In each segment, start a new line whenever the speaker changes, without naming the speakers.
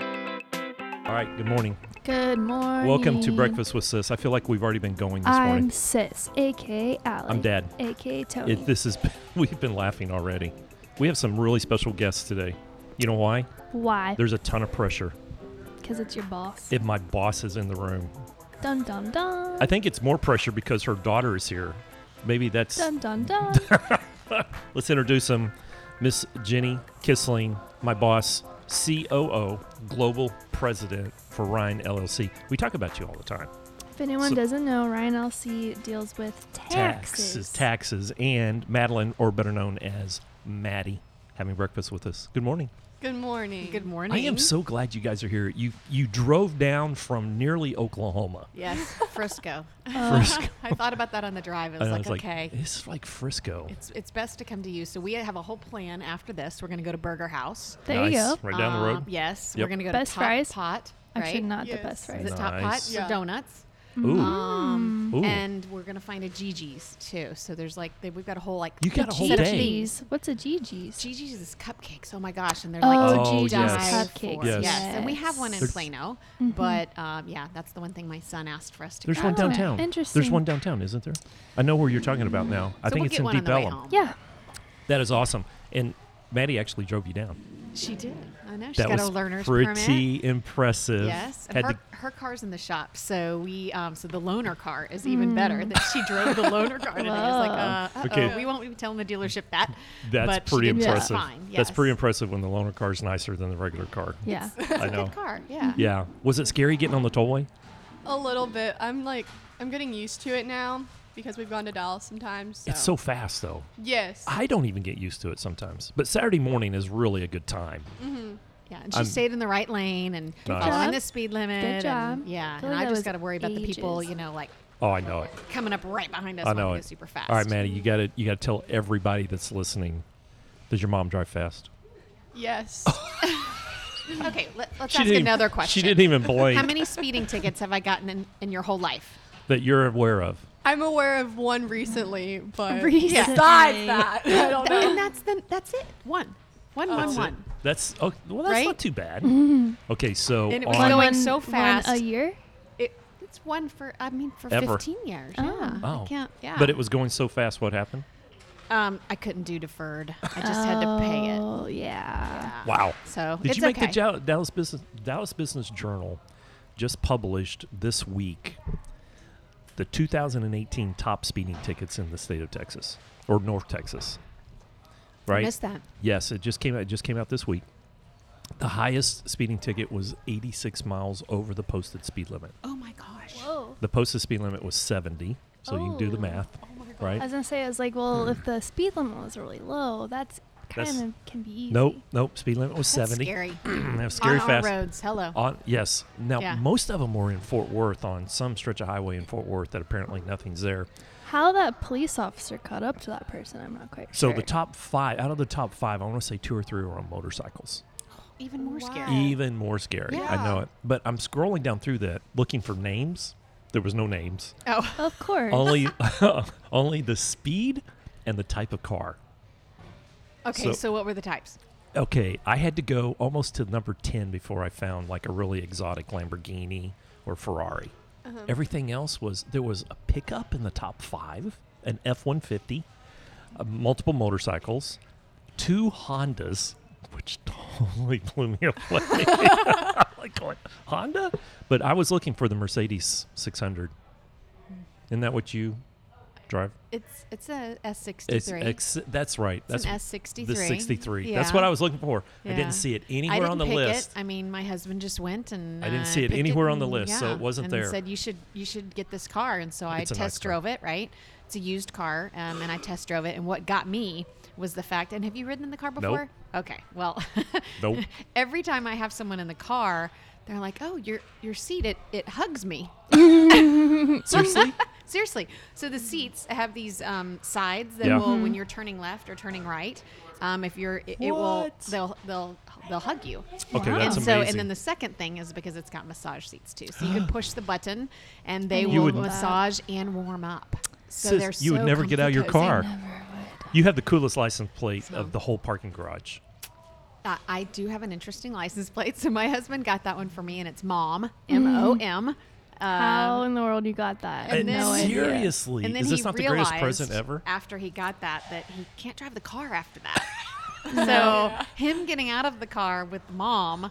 All right, good morning.
Good morning.
Welcome to Breakfast with Sis. I feel like we've already been going this
I'm
morning.
Sis, aka Allie.
I'm Dad.
aka Tony.
It, this is we've been laughing already. We have some really special guests today. You know why?
Why?
There's a ton of pressure.
Because it's your boss.
If my boss is in the room,
dun dun dun.
I think it's more pressure because her daughter is here. Maybe that's.
dun dun dun.
Let's introduce them. Miss Jenny Kissling, my boss, COO, Global President for Ryan LLC. We talk about you all the time.
if anyone
So-
doesn't know, Ryan LC deals with taxes.
taxes, taxes, and Madeline, or better known as Maddie, having breakfast with us. Good morning.
Good morning.
Good morning.
I am so glad you guys are here. You you drove down from nearly Oklahoma.
Yes, Frisco.
Frisco.
I thought about that on the drive. I was
And I
like,
was
okay,
this is like eh. Frisco.
it's it's best to come to you. So we have a whole plan after this. We're going to go to Burger House.
There
nice.
you go.
Right down the
Um,
road.
Yes,
Yep.
we're going to go
Best
to Top
fries?
Pot. Right?
Actually, not
Yes.
the best
Is
fries. Hmm.
it Top Pot
Nice.
for
Yeah.
donuts?
Ooh.
Um,
Ooh.
and we're going to find a Gigi's too. So there's like they, we've got a whole like
You got a whole
set of
day.
Gigi's.
Gigi's. What's a Gigi's?
Gigi's is cupcakes. Oh my gosh, and they're
Oh,
like
Oh,
to
Gigi's
yes.
die for.
cupcakes. Mm-hmm.
Yes.
Yes. and we have one in
There's-
Plano, but um, yeah, that's the one thing my son asked for us to.
There's
grab.
one
Oh,
downtown. There's
interesting.
one downtown, isn't there? I know where you're talking about now. I
So
think
we'll
it's
get
in
one
Deep
on the way
Ellum.
home.
Yeah.
That is awesome. And Maddie actually drove you down.
She did. I know. She
that
got
was
a learner's permit.
pretty impressive.
Yes. And
Had
her,
to,
her car's in the shop. So we um, so the loaner car is even better that she drove the loaner car today. I was like, uh, uh-oh,
Mm. Okay.
we won't be telling the dealership that.
that's
but she
pretty
did just
impressive.
Fine. Yes.
That's pretty impressive when the loaner car is nicer than the regular car.
Yeah.
I know.
Good car. Yeah.
Yeah. Was it scary getting on the tollway?
A little bit. I'm like, I'm getting used to it now because we've gone to Dallas sometimes.
It's so fast, though.
Yes.
I don't even get used to it sometimes. But Saturday morning is really a good time.
Mm-hmm. Yeah. And she
I'm-
stayed in the right lane and
Nice.
following
job.
the speed limit. and-
job. I
yeah.
feel
And
like
I
that was
just got to worry about the people,
ages.
you know, like
Oh, I know it.
coming up right behind us
I
wanting
know
to
it.
go super fast.
All right, Maddie, you got to you got to tell everybody that's listening. Does your mom drive fast?
yes.
Okay. Let, let's ask another question.
She didn't even blink
How many speeding tickets have I gotten in, in your whole life?
that you're aware of.
I'm aware of one recently, but
Recently.
besides that, I don't
Th-
know.
and that's the that's it. One. One,
Oh.
one,
That's it.
one.
That's oh, well, that's
Right?
not too bad. Okay, so
And it was
on-
going
One-
so fast.
One a year?
It, it's one for I mean for
Ever.
fifteen years.
Oh.
Yeah.
oh,
I can't yeah.
but it was going so fast. What happened?
um I couldn't do deferred. I just had to pay it.
Oh, yeah.
Yeah.
Wow.
So
Did
it's
you make
okay.
the Jal- Dallas Business Dallas Business Journal just published this week the 2018 top speeding tickets in the state of Texas or North Texas? Right?
Missed that.
Yes, it just came out. It just came out this week. The highest speeding ticket was 86 miles over the posted speed limit.
Oh my gosh.
Whoa.
The posted speed limit was 70, so you can do the
Oh.
math,
Oh my god.
right?
I was gonna say, I was like, well, if the speed limit was really low, that's kind
That's-
of can be easy.
Nope, nope. Speed limit was
That's
70.
Scary.
That was scary
On
fast.
Our roads. Hello.
On yes. Now
Yeah.
most of them were in Fort Worth on some stretch of highway in Fort Worth that apparently nothing's there.
How that police officer caught up to that person, I'm not quite
So
sure.
the top five out of the top five, I want to say two or three were on motorcycles.
Even more scary.
Wow.
Even more scary. I know
Yeah.
it. But I'm scrolling down through that looking for names. There was no names.
Oh.
of course.
Only only the speed and the type of car.
Okay.
So-
So, what were the types?
Okay, I had to go almost to number 10 before I found like a really exotic Lamborghini or Ferrari.
Uh-huh.
Everything else was there was a pickup in the top five, an F 150, uh, multiple motorcycles, two Hondas, which totally blew me away. like, going, Honda? But I was looking for the Mercedes 600. Isn't that what you drive?
It's it's a S sixty
It's
three.
ex- that's right.
It's
that's
an S63.
The 63. That's what I was looking for. I
Yeah.
didn't see it anywhere
I didn't
on the
pick
list.
It. I mean, my husband just went and
I didn't
uh,
see it
picked
anywhere on the
and-
list, so it
yeah,
wasn't
and
there.
Said you should you should get this car, and so I
It's a
test
nice car.
drove it. Right, it's a used car, um, and I test drove it. And what got me was the fact. And have you ridden in the car before? Okay, well,
Nope.
every time I have someone in the car, they're like, "Oh, your your seat it it hugs me."
Seriously?
Seriously. So the seats have these um, sides that
Yeah.
will, when you're turning left or turning right, Um, if you're, it, it will.
What?
They'll they'll they'll hug you.
Okay,
Wow.
that's
and
amazing.
so, and then the second thing is because it's got massage seats too. So you can push the button, and they
You
will
would-
massage and warm up. So
Sis,
they're
you would
so
never get out of your
comfy
car.
Never would.
You have the coolest license plate
So-
of the whole parking garage.
cozy. Uh, I do have an interesting license plate, so my husband got that one for me, and it's mom,
Mm.
M O M.
How in the world you got that? I
and
have
then-
no idea.
seriously,
And then
is this
he
not the
realized
greatest present ever?
After he got that, that he can't drive the car after that. so him getting out of the car with mom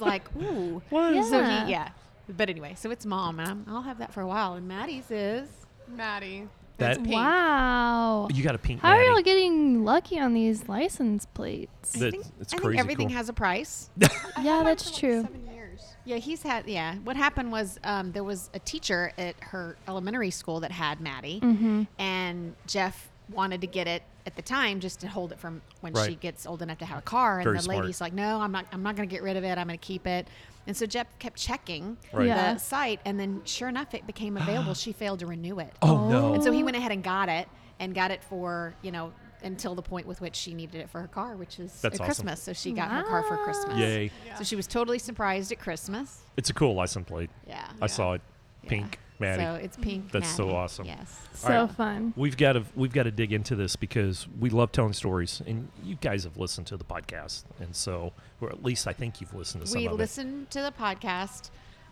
like, ooh.
What?
So
Yeah.
he, yeah. But anyway, so it's mom, and I'm, I'll have that for a while. And Maddie's is
Maddie.
That-
It's pink.
Wow.
You got a pink
How are
natty.
y'all getting lucky on these license plates?
That-
I think,
it's
I think
crazy
everything
cool.
has a price.
yeah, that's
Like
true.
seven years.
Yeah, he's had. Yeah, what happened was um, there was a teacher at her elementary school that had Maddie,
Mm-hmm.
and Jeff wanted to get it at the time just to hold it from when she
Right.
gets old enough to have a car. And
Very
the
smart.
lady's like, "No, I'm not. I'm not going to get rid of it. I'm going to keep it." And so Jeff kept checking
Right.
Yeah.
the site, and then sure enough, it became available. she failed to renew it,
Oh,
Oh.
and so
no.
he went ahead and got it, and got it for you know until the point with which she needed it for her car, which is
That's
at
awesome.
Christmas. So she got her car for
Wow.
Christmas.
Yay.
Yeah.
So she was totally surprised at Christmas.
It's a cool license plate.
Yeah.
I saw it.
Yeah.
Pink Maddie.
So it's pink.
That's so
Maddie.
awesome.
Yes.
So
right.
fun.
We've got to we've got to dig into this because we love telling stories, and you guys have listened to the podcast, and so or at least I think you've listened to some
we
of
listen to the podcast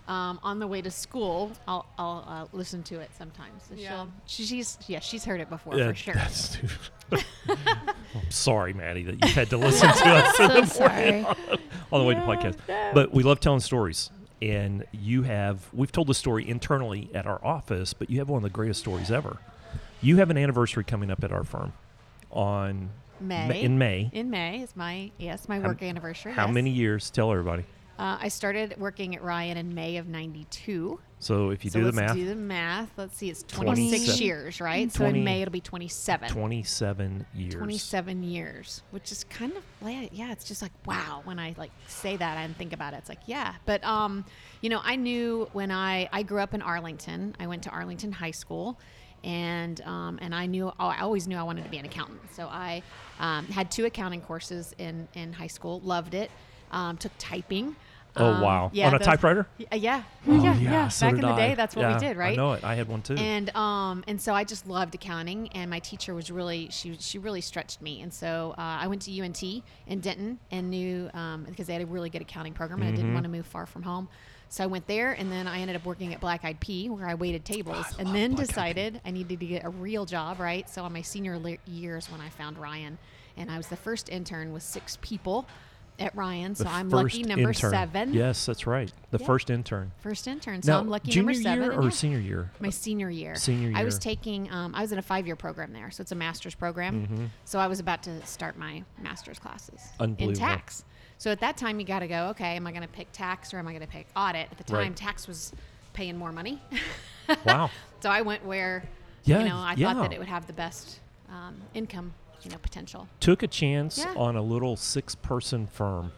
um, on the way to school. I'll, I'll uh, listen to it sometimes. So
Yeah.
she'll- she- she's yeah, she's heard it before
it.
for sure.
That's too, I'm sorry, Maddie, that you had to listen to us in the
So
morning
sorry.
on the way to podcast. But we love telling stories, and you have we've told the story internally at our office, but you have one of the greatest stories ever. You have an anniversary coming up at our firm on
May.
in May.
In May is my yes my
How-
work anniversary.
How
yes.
many years? Tell everybody.
Uh, I started working at Ryan in May of '92.
So if you
so
do the
let's
math,
do the math. Let's see, it's 26
27.
years, right? so in
20
May it'll be 27.
27 years.
27 years, which is kind of like, yeah, it's just like wow when I like say that and think about it. It's like yeah, but um, you know, I knew when I I grew up in Arlington. I went to Arlington High School, and um, and I knew oh, I always knew I wanted to be an accountant. So I um, had two accounting courses in in high school. Loved it. Um, took typing.
Oh,
Um,
wow. On a
those-
typewriter?
Y- Yeah.
Oh,
yeah.
yeah,
Yeah.
so
Back
did
in the day,
I.
that's what
Yeah,
we did, right?
I know it. I had one too.
And um, and so I just loved accounting, and my teacher was really she she really stretched me, and so uh, I went to UNT in Denton and knew um, because they had a really good accounting program, and I
Mm-hmm.
didn't want to move far from home, so I went there, and then I ended up working at Black Eyed Pea where I waited tables, and then
Black Eyed Pea.
decided I needed to get a real job, right? So on my senior le- years when I found Ryan, and I was the first intern with six people at Ryan,
The
so I'm
first
lucky number
intern.
seven.
Yes, that's right. The
Yeah.
first intern.
First intern, so
now,
I'm lucky
junior
number seven.
year
and
or
yeah.
senior year?
My senior year.
Senior
I was
year.
taking. Um, I was in a five-year program there, so it's a master's program.
Mm-hmm.
So I was about to start my master's classes in
Unbelievable.
tax. So at that time, you got to go. Okay, am I going to pick tax or am I going to pick audit? At the time,
Right.
tax was paying more money.
Wow.
So I went where,
Yeah,
you know, I
yeah.
thought that it would have the best um, income, you know, potential.
Took a chance
Yeah.
on a little six person firm.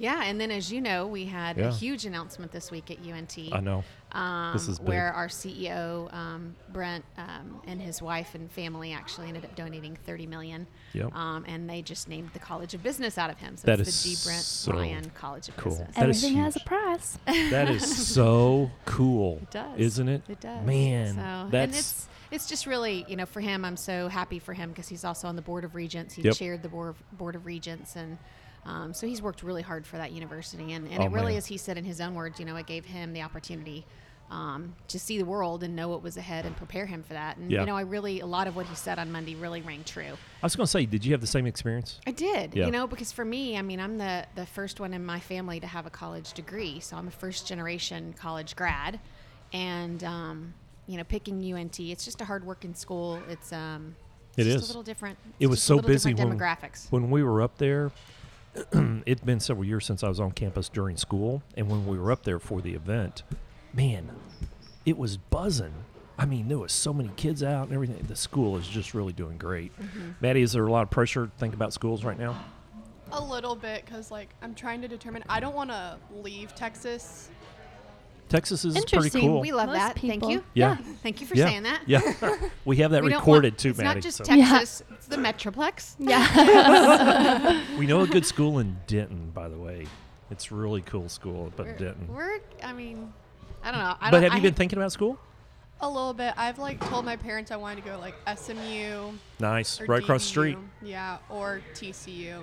Yeah, and then as you know, we had
Yeah.
a huge announcement this week at UNT.
I know.
um,
This is big.
where our CEO um, Brent um, and his wife and family actually ended up donating 30 million.
Yep.
Um, and they just named the College of Business out of him. So
That
it's
is
the G. Brent
so
Ryan College of
cool.
Business.
That is
Everything has a
huge.
price.
That is so cool.
It does.
Isn't it?
It does.
Man.
So, and
that's
it's it's just really, you know, for him, I'm so happy for him because he's also on the board of regents. He
Yep.
chaired the board of, board of regents, and um, so he's worked really hard for that university. And, and
Oh,
it really,
man.
as he said in his own words, you know, it gave him the opportunity um, to see the world and know what was ahead and prepare him for that. And
Yeah.
you know, I really a lot of what he said on Monday really rang true.
I was going to say, did you have the same experience?
I did,
Yeah.
you know, because for me, I mean, I'm the the first one in my family to have a college degree, so I'm a first generation college grad, and um, you know, picking UNT, it's just a hard working school. It's um, it's
It
just
is.
a little different.
It
it's
was
just a
so
little
busy when-
different demographics.
When we were up there, it'd been several years since I was on campus during school, and when we were up there for the event, man, it was buzzing. I mean, there was so many kids out and everything. The school is just really doing great.
Mm-hmm.
Maddie, is there a lot of pressure to think about schools right now?
A little bit, cause like I'm trying to determine. I don't want to leave Texas
Texas is pretty
Interesting.
cool.
We love
Most
that.
people.
Thank you.
yeah.
Thank you for
yeah.
saying that.
Yeah. we have that
We don't
recorded
want,
too,
it's
Maddie.
not just
so
Yeah.
Texas. It's the Metroplex.
Yeah.
we know a good school in Denton, by the way. It's really cool school up in
We're,
Denton.
we're- I mean, I don't know. I
but
don't,
have you
I-
been thinking about school?
A little bit. I've like told my parents I wanted to go like SMU
Nice.
or
Right across the street.
DBU. Yeah, or TCU.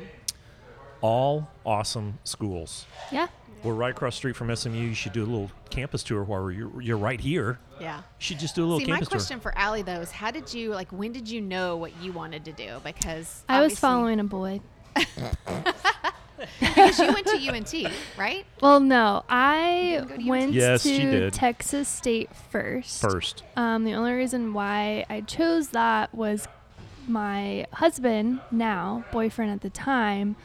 All awesome schools.
yeah.
We're right across the street from SMU. You should do a little campus tour while we're, you're, you're right here.
Yeah.
You should just do a little
See, my
campus
question for Allie though is, how did you like? When did you know what you wanted to do? Because
I was
obviously-
following a boy.
Because you went to UNT, right?
Well, no, I
didn't go to UNT?
went
Yes, she
to
did.
Texas State first.
tour. First.
Um, the only reason why I chose that was my husband, now boyfriend at the time,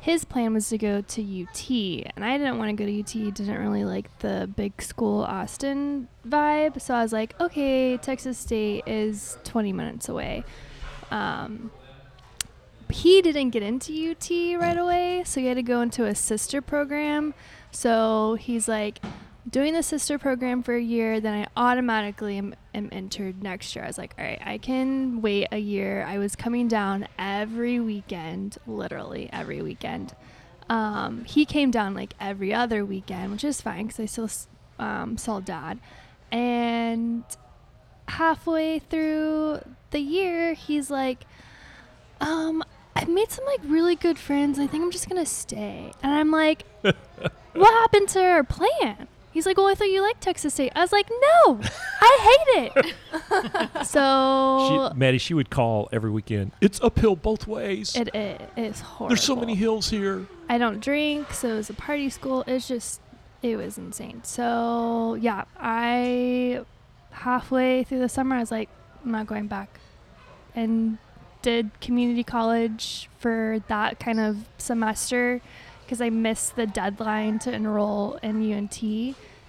his plan was to go to UT, and I didn't want to go to UT. Didn't really like the big school Austin vibe, so I was like, okay, Texas State is 20 minutes away. Um, he didn't get into UT right away, so he had to go into a sister program. So he's like, doing the sister program for a year, then I automatically am, am entered next year. I was like, all right, I can wait a year. I was coming down every weekend, literally every weekend. Um, he came down like every other weekend, which is fine because I still s- um, saw dad. And halfway through the year, he's like, um, I've made some like really good friends. I think I'm just gonna stay. And I'm like, what happened to our plan? He's like, well, I thought you liked Texas State. I was like, no, I hate it. so
She, Maddie, she would call every weekend. It's uphill both ways.
it, it is horrible.
There's so many hills here.
I don't drink, so it was a party school. It's just, it was insane. So yeah, I halfway through the summer, I was like, I'm not going back, and did community college for that kind of semester because I missed the deadline to enroll in UNT,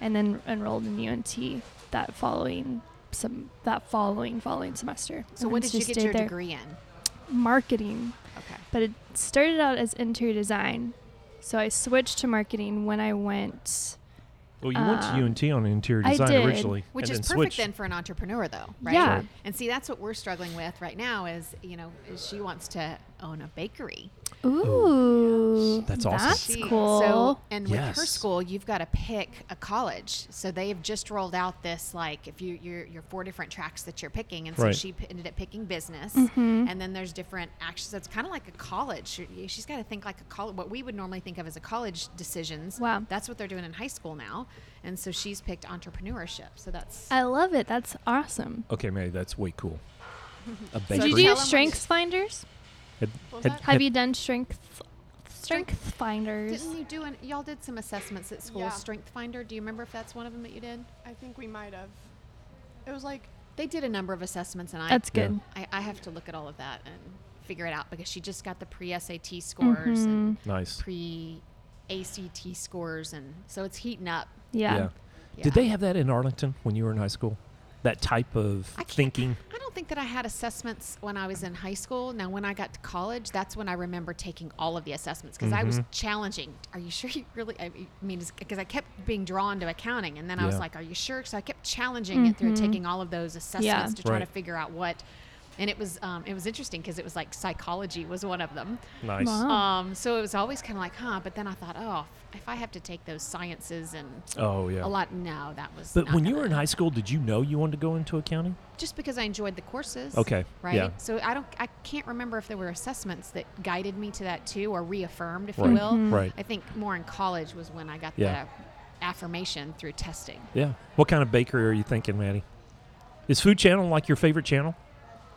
and then enrolled in UNT that following some that following following semester.
So
Oh, And
when
just
did you get
stayed
your
there.
degree in?
Marketing
Okay.
but it started out as interior design. So I switched to marketing when I went.
Well, you went to
Um,
UNT on interior
I
design
did,
originally,
Uh, Which
and
is
then
perfect
switched.
then for an entrepreneur though, right?
Yeah. Right.
And see, that's what we're struggling with right now is, you know, is she wants to own a bakery.
Ooh,
That's awesome.
That's
She-
cool.
So, and with her
Yes.
school, you've got to pick a college. So they've just rolled out this like if you you're, you're four different tracks that you're picking, and so
Right.
she p- ended up picking business,
Mhm.
and then there's different actions. That's kind of like a college. She- She's got to think like a college. What we would normally think of as a college decisions.
Wow.
that's what they're doing in high school now, and so she's picked entrepreneurship. So that's
I love it. That's awesome.
Okay, Maddie, that's way cool. A
Did
Did
bakery.
you
Tell 'em
do
what-
strengths finders?
Had-
What was
had-
that?
Have
had-
you done strength strength finders?
didn't you do an, y'all did some assessments at school?
Yeah.
Strength Finder. Do you remember if that's one of them that you did?
I think we might have. It was like
They did a number of assessments, and I
That's
Yeah.
good.
I, I have to look at all of that and figure it out because she just got the pre SAT scores and
Nice.
pre ACT scores, and so it's heating up.
Yeah.
Yeah.
Did they have that in Arlington when you were in high school? That type of
I can't-
thinking.
I don't think that I had assessments when I was in high school. Now, when I got to college, that's when I remember taking all of the assessments because I
Mm-hmm.
was challenging. Are you sure you really? I mean, because I kept being drawn to accounting, and then I
Yeah.
was
Mm-hmm.
like, "Are you sure?" So I kept challenging it through taking all of those assessments to try to
Right.
figure out what. And it was um, it was interesting because it was like psychology was one of them.
Nice.
Wow.
Um, so it was always kind of like, huh? But then I thought, oh, if I have to take those sciences and
Oh yeah.
a lot, no, that was.
But
not
when you
gonna-
were in high school, did you know you wanted to go into accounting?
just because I enjoyed the courses,
Okay,
right?
yeah.
So I don't, I can't remember if there were assessments that guided me to that too, or reaffirmed, if
Right.
you will.
Right.
I think more in college was when I got
Yeah.
the affirmation through testing.
Yeah. What kind of bakery are you thinking, Maddie? Is Food Channel like your favorite channel?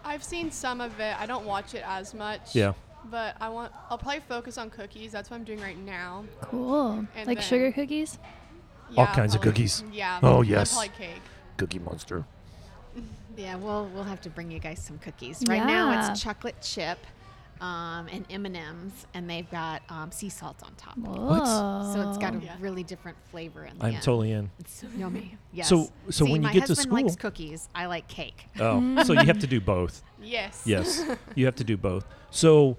I've seen some of it. I don't watch it as much.
Yeah.
But I want. I'll probably focus on cookies. That's what I'm doing right now.
Cool.
And
like
then-
sugar cookies?
All
Yeah,
kinds of
probably-
cookies.
Yeah.
Oh,
and
yes.
Probably cake.
Cookie Monster.
Yeah, we'll we'll have to bring you guys some cookies. Right now
Yeah.
it's chocolate chip, um, and M and M's, and they've got um, sea salt on top.
Whoa.
So it's got a
Yeah.
really different flavor in the
I'm
end.
totally in.
It's so yummy. Yes.
So- so
See,
when you
my
get to
husband likes
school-
cookies. I like cake.
Oh, so you have to do both.
Yes.
Yes, you have to do both. So,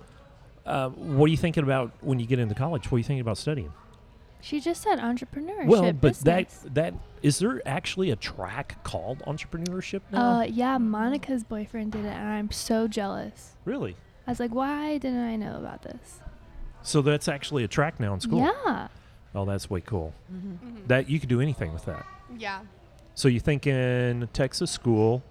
uh, what are you thinking about when you get into college? What are you thinking about studying?
She just said entrepreneurship.
Well, but
business.
that that is there actually a track called entrepreneurship now?
Uh, yeah, Monica's boyfriend did it, and I'm so jealous.
really?
I was like, why didn't I know about this?
So that's actually a track now in school.
Yeah. Mm-hmm.
Oh, that's way cool.
Mhm.
That you could do anything with that.
Yeah.
So you think in Texas school,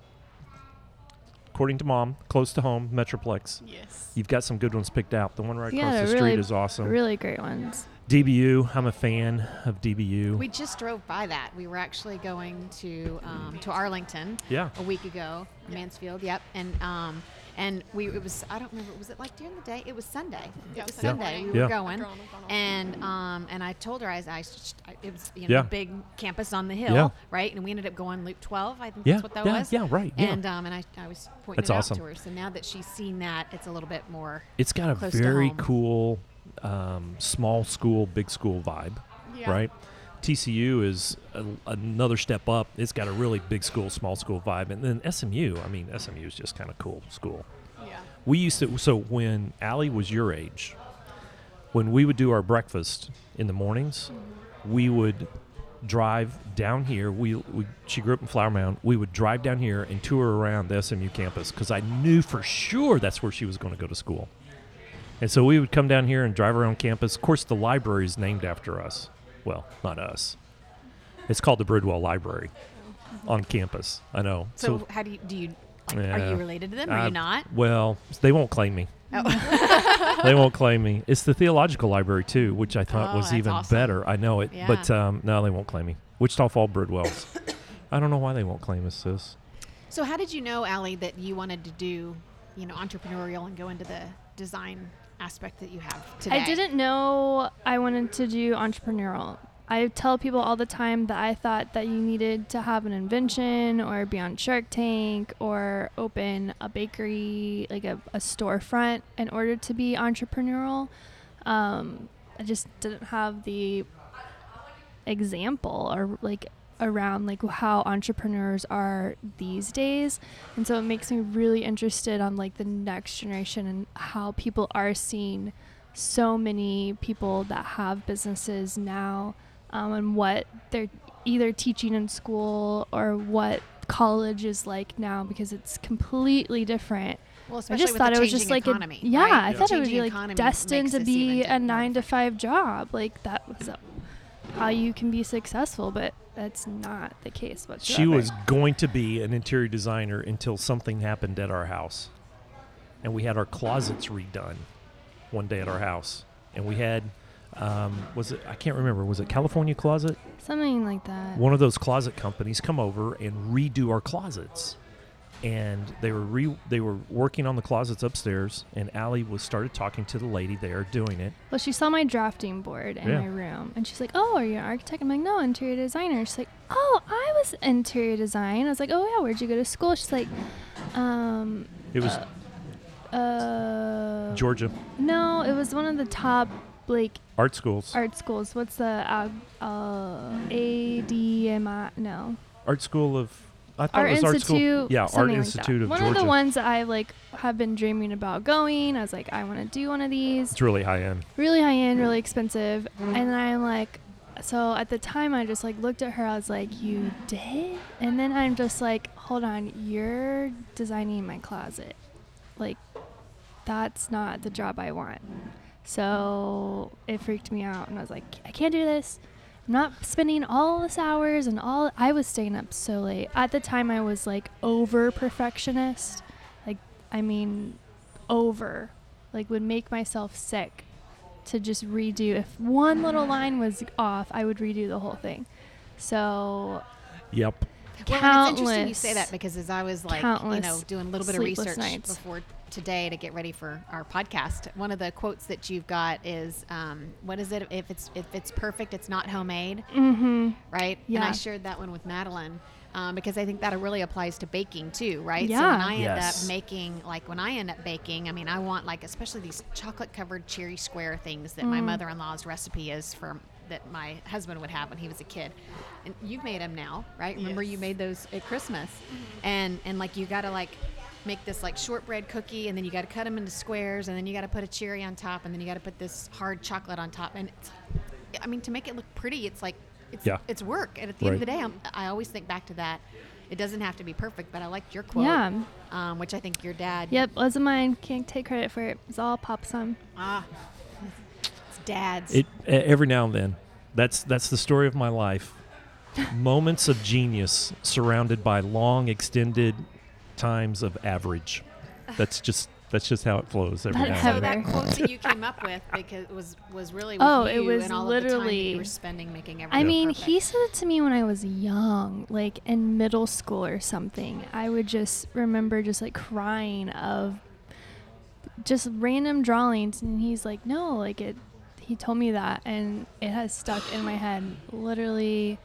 according to mom, close to home, Metroplex.
Yes.
You've got some good ones picked out. The one right
Yeah,
across the
they're
street
really-
is awesome.
Really great ones.
DBU, I'm a fan of DBU.
We just drove by that. We were actually going to um, to Arlington
yeah.
a week ago, Mansfield. Yep, and um, and we it was I don't remember was it like during the day? It was Sunday.
Yeah,
It was
Sunday
Sunday.
morning.
We
Yeah.
were going,
After all McDonald's.
and um, and I told her I, I s- I- it was you know
Yeah.
big campus on the hill,
Yeah.
right? And we ended up going Loop 12. I think
Yeah,
that's what that
yeah,
was.
yeah, right, yeah.
And um, and I, I was pointing
That's
it out
awesome.
to her. So now that she's seen that, it's a little bit more.
It's got a
Close to
very
home.
cool um, small school, big school vibe,
Yeah.
right? TCU is a, another step up. It's got a really big school, small school vibe. And then SMU, I mean, SMU is just kind of cool school.
Yeah.
We used to, so when Allie was your age, when we would do our breakfast in the mornings, we would drive down here. We, we She grew up in Flower Mound. We would drive down here and tour around the SMU campus because I knew for sure that's where she was going to go to school. And so we would come down here and drive around campus. Of course, the library is named after us. Well, not us. It's called the Bridwell Library on campus. I know.
So, how do you do you like, are
Yeah.
you related to them? Are
I-
you not?
Well, they won't claim me. they won't claim me. It's the theological library too, which I thought
Oh,
was
that's
even
awesome.
better. I know it, but
Yeah.
um, no, they won't claim me. Wichita Fall Bridwells. I don't know why they won't claim us, sis.
So how did you know, Allie, that you wanted to do, you know, entrepreneurial and go into the design aspect that you have today?
I didn't know I wanted to do entrepreneurial. I tell people all the time that I thought that you needed to have an invention or be on Shark Tank or open a bakery, like a, a storefront, in order to be entrepreneurial. Um, I just didn't have the example or like around like how entrepreneurs are these days and so it makes me really interested on like the next generation and how people are seeing so many people that have businesses now um, and what they're either teaching in school or what college is like now because it's completely different
Well,
I
especially
just
with
thought
the
it was
changing
just like
economy,
a, yeah.
right?
I
The
thought it would
changing
be
economy
like destined
makes
to
this
be
even
a
di-
nine to five job. Like that was a, how you can be successful, but that's not the case whatsoever.
She was going to be an interior designer until something happened at our house. And we had our closets redone one day at our house. And we had, um, was it, I can't remember, was it California Closet?
something like that.
one of those closet companies come over and redo our closets. And they were re- they were working on the closets upstairs, and Allie was started talking to the lady there doing it.
Well, she saw my drafting board in
Yeah.
my room, and she's like, "Oh, are you an architect?" I'm like, "No, interior designer." She's like, "Oh, I was interior design." I was like, "Oh yeah, where'd you go to school?" She's like, "Um,
It was
uh,
Georgia
no, it was one of the top like
art schools. Art,
art schools. What's the uh, uh, ADMI? No,
school of I thought
Art
it was
Institute.
art school. Yeah,
something
Art
like
Institute
that.
of
one
Georgia.
of the ones that I like have been dreaming about going. I was like, I want to do one of these.
it's really high end.
Really high end, really expensive, and then I'm like. So at the time, I just like looked at her. I was like, "You did," and then I'm just like, "Hold on, you're designing my closet. Like, that's not the job I want." So it freaked me out, and I was like, I can't do this. I'm not spending all this hours and all. I was staying up so late. At the time, I was like over perfectionist. Like, I mean, over. Like, would make myself sick to just redo. If one little line was off, I would redo the whole thing. So,
Yep.
Well, and it's interesting you say
countless-
that because as I was like, you know,
countless
doing a little bit of
sleepless
research
nights.
before today to get ready for our podcast, one of the quotes that you've got is, um, "What is it? If it's if it's perfect, it's not homemade."
mm-hmm.
right? And I
Yeah.
shared that one with Madeline um, because I think that really applies to baking too, right? So
Yeah.
when I end
Yes.
up making, like when I end up baking, I mean, I want like especially these chocolate covered cherry square things that
Mm.
my mother in law's recipe is for that my husband would have when he was a kid. And you've made them now, right? Remember you
Yes.
made those at Christmas,
Mm-hmm.
and and like you got to like. Make this like shortbread cookie, and then you got to cut them into squares, and then you got to put a cherry on top, and then you got to put this hard chocolate on top, and it's I mean, to make it look pretty, it's like it's
Yeah.
it's work. And at the end of the
Right.
day, I'm, I always think back to that. It doesn't have to be perfect, but I liked your quote,
Yeah.
um, which I think your dad.
Yep, wasn't mine. Can't take credit for it. It's all Pop's on.
Ah, it's dad's.
It e- every now and then. That's that's the story of my life. Moments of genius surrounded by long extended times of average. That's just that's just how it flows every
That
now
so
and then.
that
Heather.
quote that you came up with because was was really with
Oh, it
you
was
and all of the time that
literally-
you were spending making everything.
I mean,
perfect.
he said it to me when I was young, like in middle school or something. I would just remember just like crying of just random drawings, and he's like, "No, like it." He told me that, and it has stuck in my head. Literally,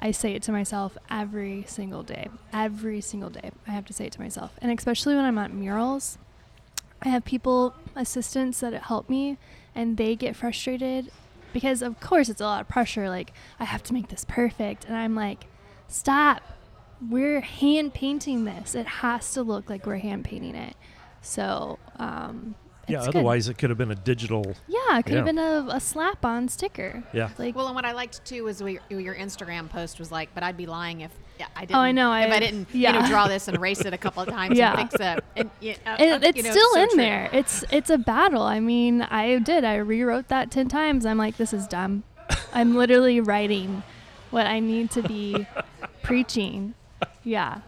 I say it to myself every single day. Every single day, I have to say it to myself, and especially when I'm at murals. I have people, assistants that help me, and they get frustrated because, of course, it's a lot of pressure. Like, I have to make this perfect. And I'm like, stop. We're hand painting this. It has to look like we're hand painting it. So, um,
Yeah,
it's good.
otherwise it could have been a digital
Yeah, it could have
Yeah.
been a, a slap on sticker.
Yeah.
Like,
Well, and what I liked too was we, your Instagram post was like, "But I'd be lying if yeah, I didn't.
Oh, I know,
If I,
I-
didn't, you know,
yeah.
draw this and erase it a couple of times
Yeah.
and fix it. And, you know,
it, it's
you know,
still
so
in
true.
there. It's it's a battle. I mean, I did. I rewrote that ten times. I'm like, this is dumb. I'm literally writing what I need to be preaching. Yeah.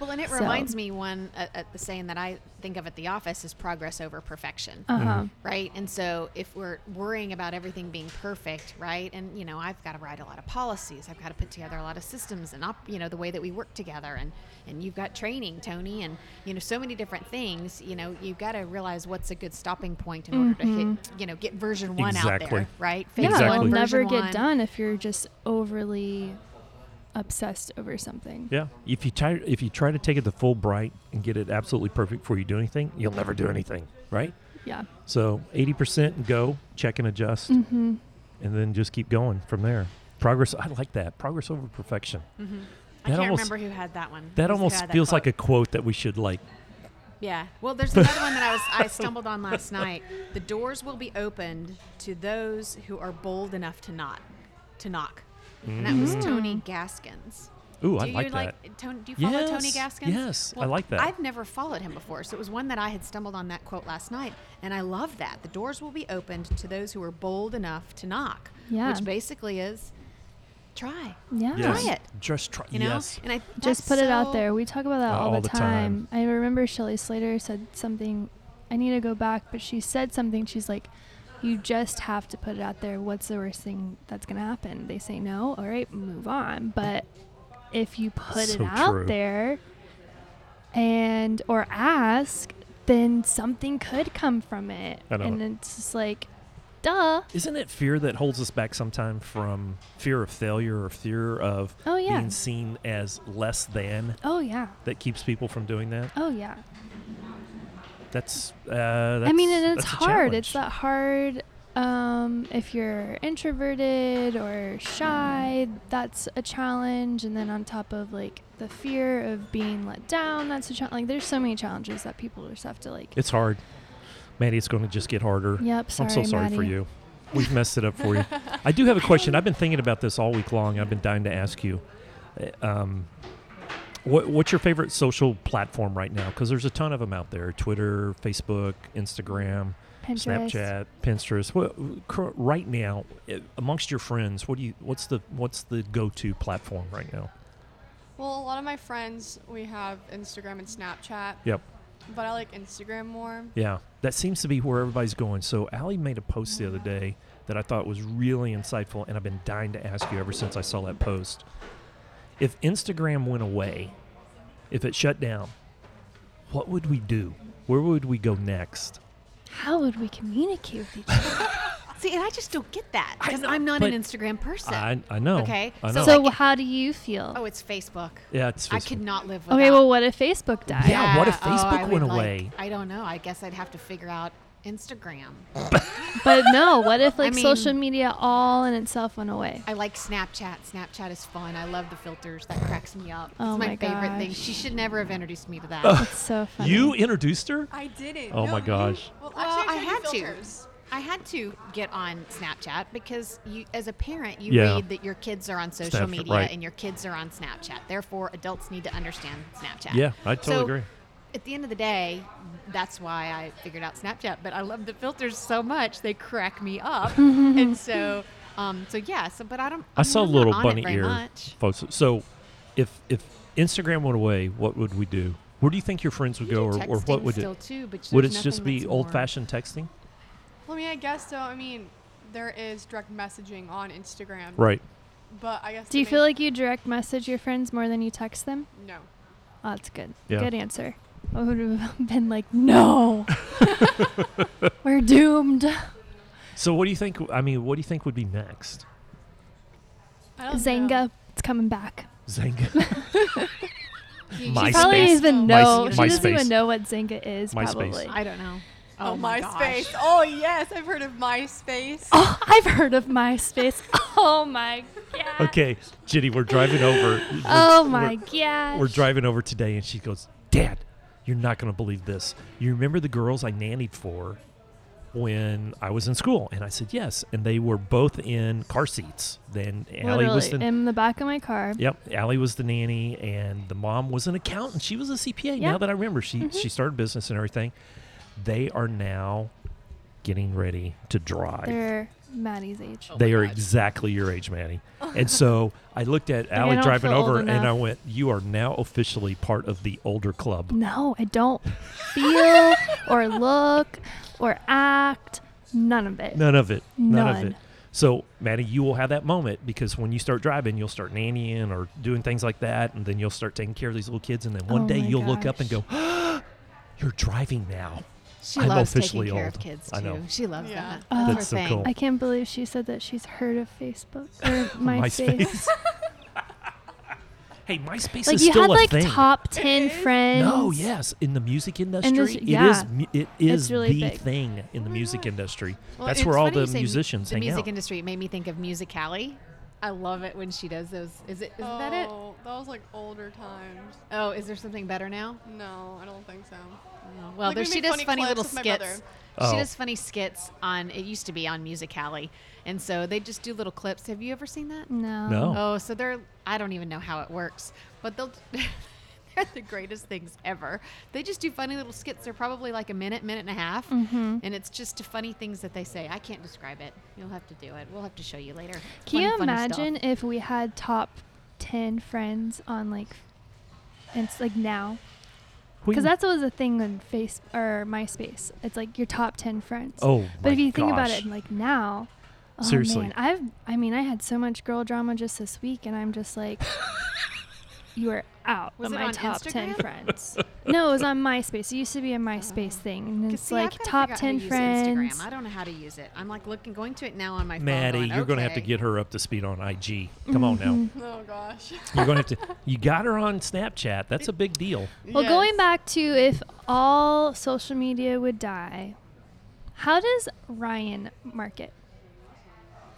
Well, and it
So-
reminds me one uh, uh, the saying that I think of at the office is progress over perfection.
Uh huh.
right? And so if we're worrying about everything being perfect, right? And you know, I've got to write a lot of policies. I've got to put together a lot of systems and up, you know, the way that we work together and and you've got training, Tony, and you know, so many different things, you know, you've got to realize what's a good stopping point in order to hit, you know, get version 1 out
Exactly.
there, right?
Yeah,
Phase
Exactly.
Mm-hmm. it'll
one, version
never get
one.
done if you're just overly obsessed over something.
Yeah. If you try if you try to take it the full bright and get it absolutely perfect before you do anything, you'll never do anything, right?
Yeah.
So eighty percent go, check and adjust, and then just keep going from there. Progress. I like that. Progress over perfection.
I
That
can't
almost-
remember who had that one.
That almost feels like a quote that we should like.
Yeah. Well, there's another one that I was I stumbled on last night. The doors will be opened to those who are bold enough to not to knock. And that was Tony
Mm.
Gaskins.
Ooh,
Do
I
you
like that.
Tony, do you follow Tony
Yes,
Gaskins?
yes, I like that.
I've never followed him before, so it was one that I had stumbled on that quote last night, and I love that. The doors will be opened to those who are bold enough to knock.
Yeah.
Which basically is try.
Yeah.
Yes.
Try it.
Just try.
You know?
Yes.
And I
just
that's
put it out
so-
there. We talk about that
Uh,
all, the,
time.
time. I remember Shelley Slater said something. I need to go back, but she said something. She's like, "You just have to put it out there. What's the worst thing that's gonna happen? They say no. All right, move on. But if you put
So
it out
true.
there, and or ask, then something could come from it.
I know.
And it's just like, duh.
Isn't it fear that holds us back sometime from fear of failure or fear of
Oh yeah.
being seen as less than
Oh yeah.
that keeps people from doing that?
Oh yeah.
That's. Uh, that's
I mean, and it's
that's a
hard.
challenge.
It's that hard. Um, if you're introverted or shy, that's a challenge. And then on top of like the fear of being let down, that's a challenge. Like there's so many challenges that people just have to like.
It's hard. Maddie, it's going to just get harder.
Yep. Sorry,
I'm so sorry for
Maddie.
you. We've messed it up for you. I do have a question. I've been thinking about this all week long. I've been dying to ask you. Uh, Um, what, what's your favorite social platform right now? Because there's a ton of them out there Twitter, Facebook, Instagram,
Pinterest.
Snapchat, Pinterest. What, cur- right now, uh, amongst your friends, what do you? What's the what's the go-to platform right now?
Well, a lot of my friends we have Instagram and Snapchat,
Yep.
but I like Instagram more.
Yeah, that seems to be where everybody's going. So Allie made a post the other
Mm-hmm.
day that I thought was really insightful, and I've been dying to ask you ever since I saw that post. If Instagram went away, if it shut down, what would we do? Where would we go next?
How would we communicate with each other?
See, and I just don't get that
I
because
know,
I'm not
but-
an Instagram person.
I, I know.
Okay,
I know.
so
so
like-
how do you feel?
oh, it's Facebook.
yeah, it's
I
Facebook.
could not live without.
okay. Well, what if Facebook died?
Yeah. what if
oh, I
Facebook
would,
went
like-
away?
I don't know. I guess I'd have to figure out Instagram.
But no. What if like
mean-
social media all in itself went away?
I like Snapchat. Snapchat is fun. I love the filters. That cracks me up.
Oh
it's my,
my
favorite thing.
gosh.
She should never have introduced me to that.
Oh.
It's so funny.
you introduced her.
I didn't.
Oh my
you-
gosh.
well,
Well,
actually,
I
I, tried
had
the
to.
filters.
I had to get on Snapchat because you, as a parent, you
Yeah.
read that your kids are on social
Snapchat,
media
right.
and your kids are on Snapchat. Therefore, adults need to understand Snapchat.
Yeah, I totally
So,
agree.
At the end of the day, that's why I figured out Snapchat. But I love the filters so much; they crack me up. and so, um, so yeah. So, but I don't.
I
I'm
saw
not
little
on it
bunny
very
ear
Much.
folks. So, if if Instagram went away, what would we do? Where do you think your friends would
You
go,
do
or, or
texting
what would
still
it?
Too, but
Would it
there's
just
nothing
be
that's more-
old-fashioned texting?
Well, I mean, I guess so. I mean, there is direct messaging on Instagram.
Right.
But I guess.
Do
the
you feel
main-
like you direct message your friends more than you text them?
No.
Oh, that's good.
Yeah.
Good answer. I would have been like, no, we're doomed.
So, what do you think? I mean, what do you think would be next?
I don't
Zanga,
know.
it's coming back.
Zanga,
You- you
She
MySpace.
probably doesn't even
My-
know. she doesn't
MySpace.
even know what Zynga is.
MySpace.
Probably.
I don't know.
Oh,
my
MySpace.
gosh.
Oh yes, I've heard of MySpace.
Oh, I've heard of MySpace. oh my god.
okay, Jenny, we're driving over. We're-
Oh my
we're-
gosh.
We're driving over today, and she goes, "Dad, you're not going to believe this. You remember the girls I nannied for when I was in school?" And I said, "Yes." And they were both in car seats. Then Allie was the
Literally, in the back of my car.
Yep, Allie was the nanny, and the mom was an accountant. She was a CPA.
Yeah.
Now that I remember, she she started business and everything. They are now getting ready to drive.
They're Maddie's age.
They are exactly your age, Manny. And so I looked at
I
Allie
don't
driving
feel old
over, and I
enough.
went, "You are now officially part of the older club."
No, I don't feel or look or act. None of it.
None of it. None, of
None.
it. So, Maddie, you will have that moment because when you start driving, you'll start nannying or doing things like that, and then you'll start taking care of these little kids, and then one
Oh
day
my
you'll look up and
gosh.
go, "You're driving now."
She
I'm
loves
officially
taking care
old.
of kids too.
I know.
She loves
Yeah.
that. That's,
Oh.
her
That's so
thing.
cool.
I can't believe she said that she's heard of Facebook or MySpace.
MySpace. hey, MySpace
Like
is
you
still
had
a
like
thing.
top ten
is?
friends.
no, yes, in the music industry, it is
yeah.
mu- it is
really
the
big.
thing in the music industry.
Well,
That's
it's
where all
funny you
the
say mu-
musicians
the
hang
music
out.
industry made me think of Musicali. I love it when she does those. Is it? Isn't that it?
Oh, that was like older times.
Oh, is there something better now?
No, I don't think so.
Oh, Well,
Like,
there,
we
she
made
does
funny
funny,
clips
little
with my brother.
skits.
Oh.
She does funny skits on. It used to be on Musicali, and so they just do little clips. Have you ever seen that?
No.
No.
Oh, so they're I don't even know how it works, but they'll they're the greatest things ever. They just do funny little skits. They're probably like a minute, minute and a half,
Mm-hmm.
and it's just funny things that they say. I can't describe it. You'll have to do it. We'll have to show you later.
Can you
Fun, funny stuff.
imagine if we had top ten friends on like, it's like now
We-
because that's always a thing on Face or MySpace. It's like your top ten friends.
oh,
but if
my
you think about
gosh.
it, like now. Oh
Seriously.
man, I've I mean I had so much girl drama just this week, and I'm just like, you are out
Was
of
it
my
on
top ten
Instagram?
friends. no, it was on MySpace. It used to be a MySpace thing, and
Oh. 'Cause
it's
see, I've
like
gotta
top
figure out how
ten
to use
friends.
Instagram. I don't know how to use it. I'm like looking, going to it now on my phone.
Maddie,
going,
you're gonna have to
"Okay." Mm-hmm.
get her up to speed on IG. Come on now,
Oh gosh.
you're gonna have to. You got her on Snapchat. That's a big deal.
Well, going
Yes.
back to if all social media would die, how does Ryan market?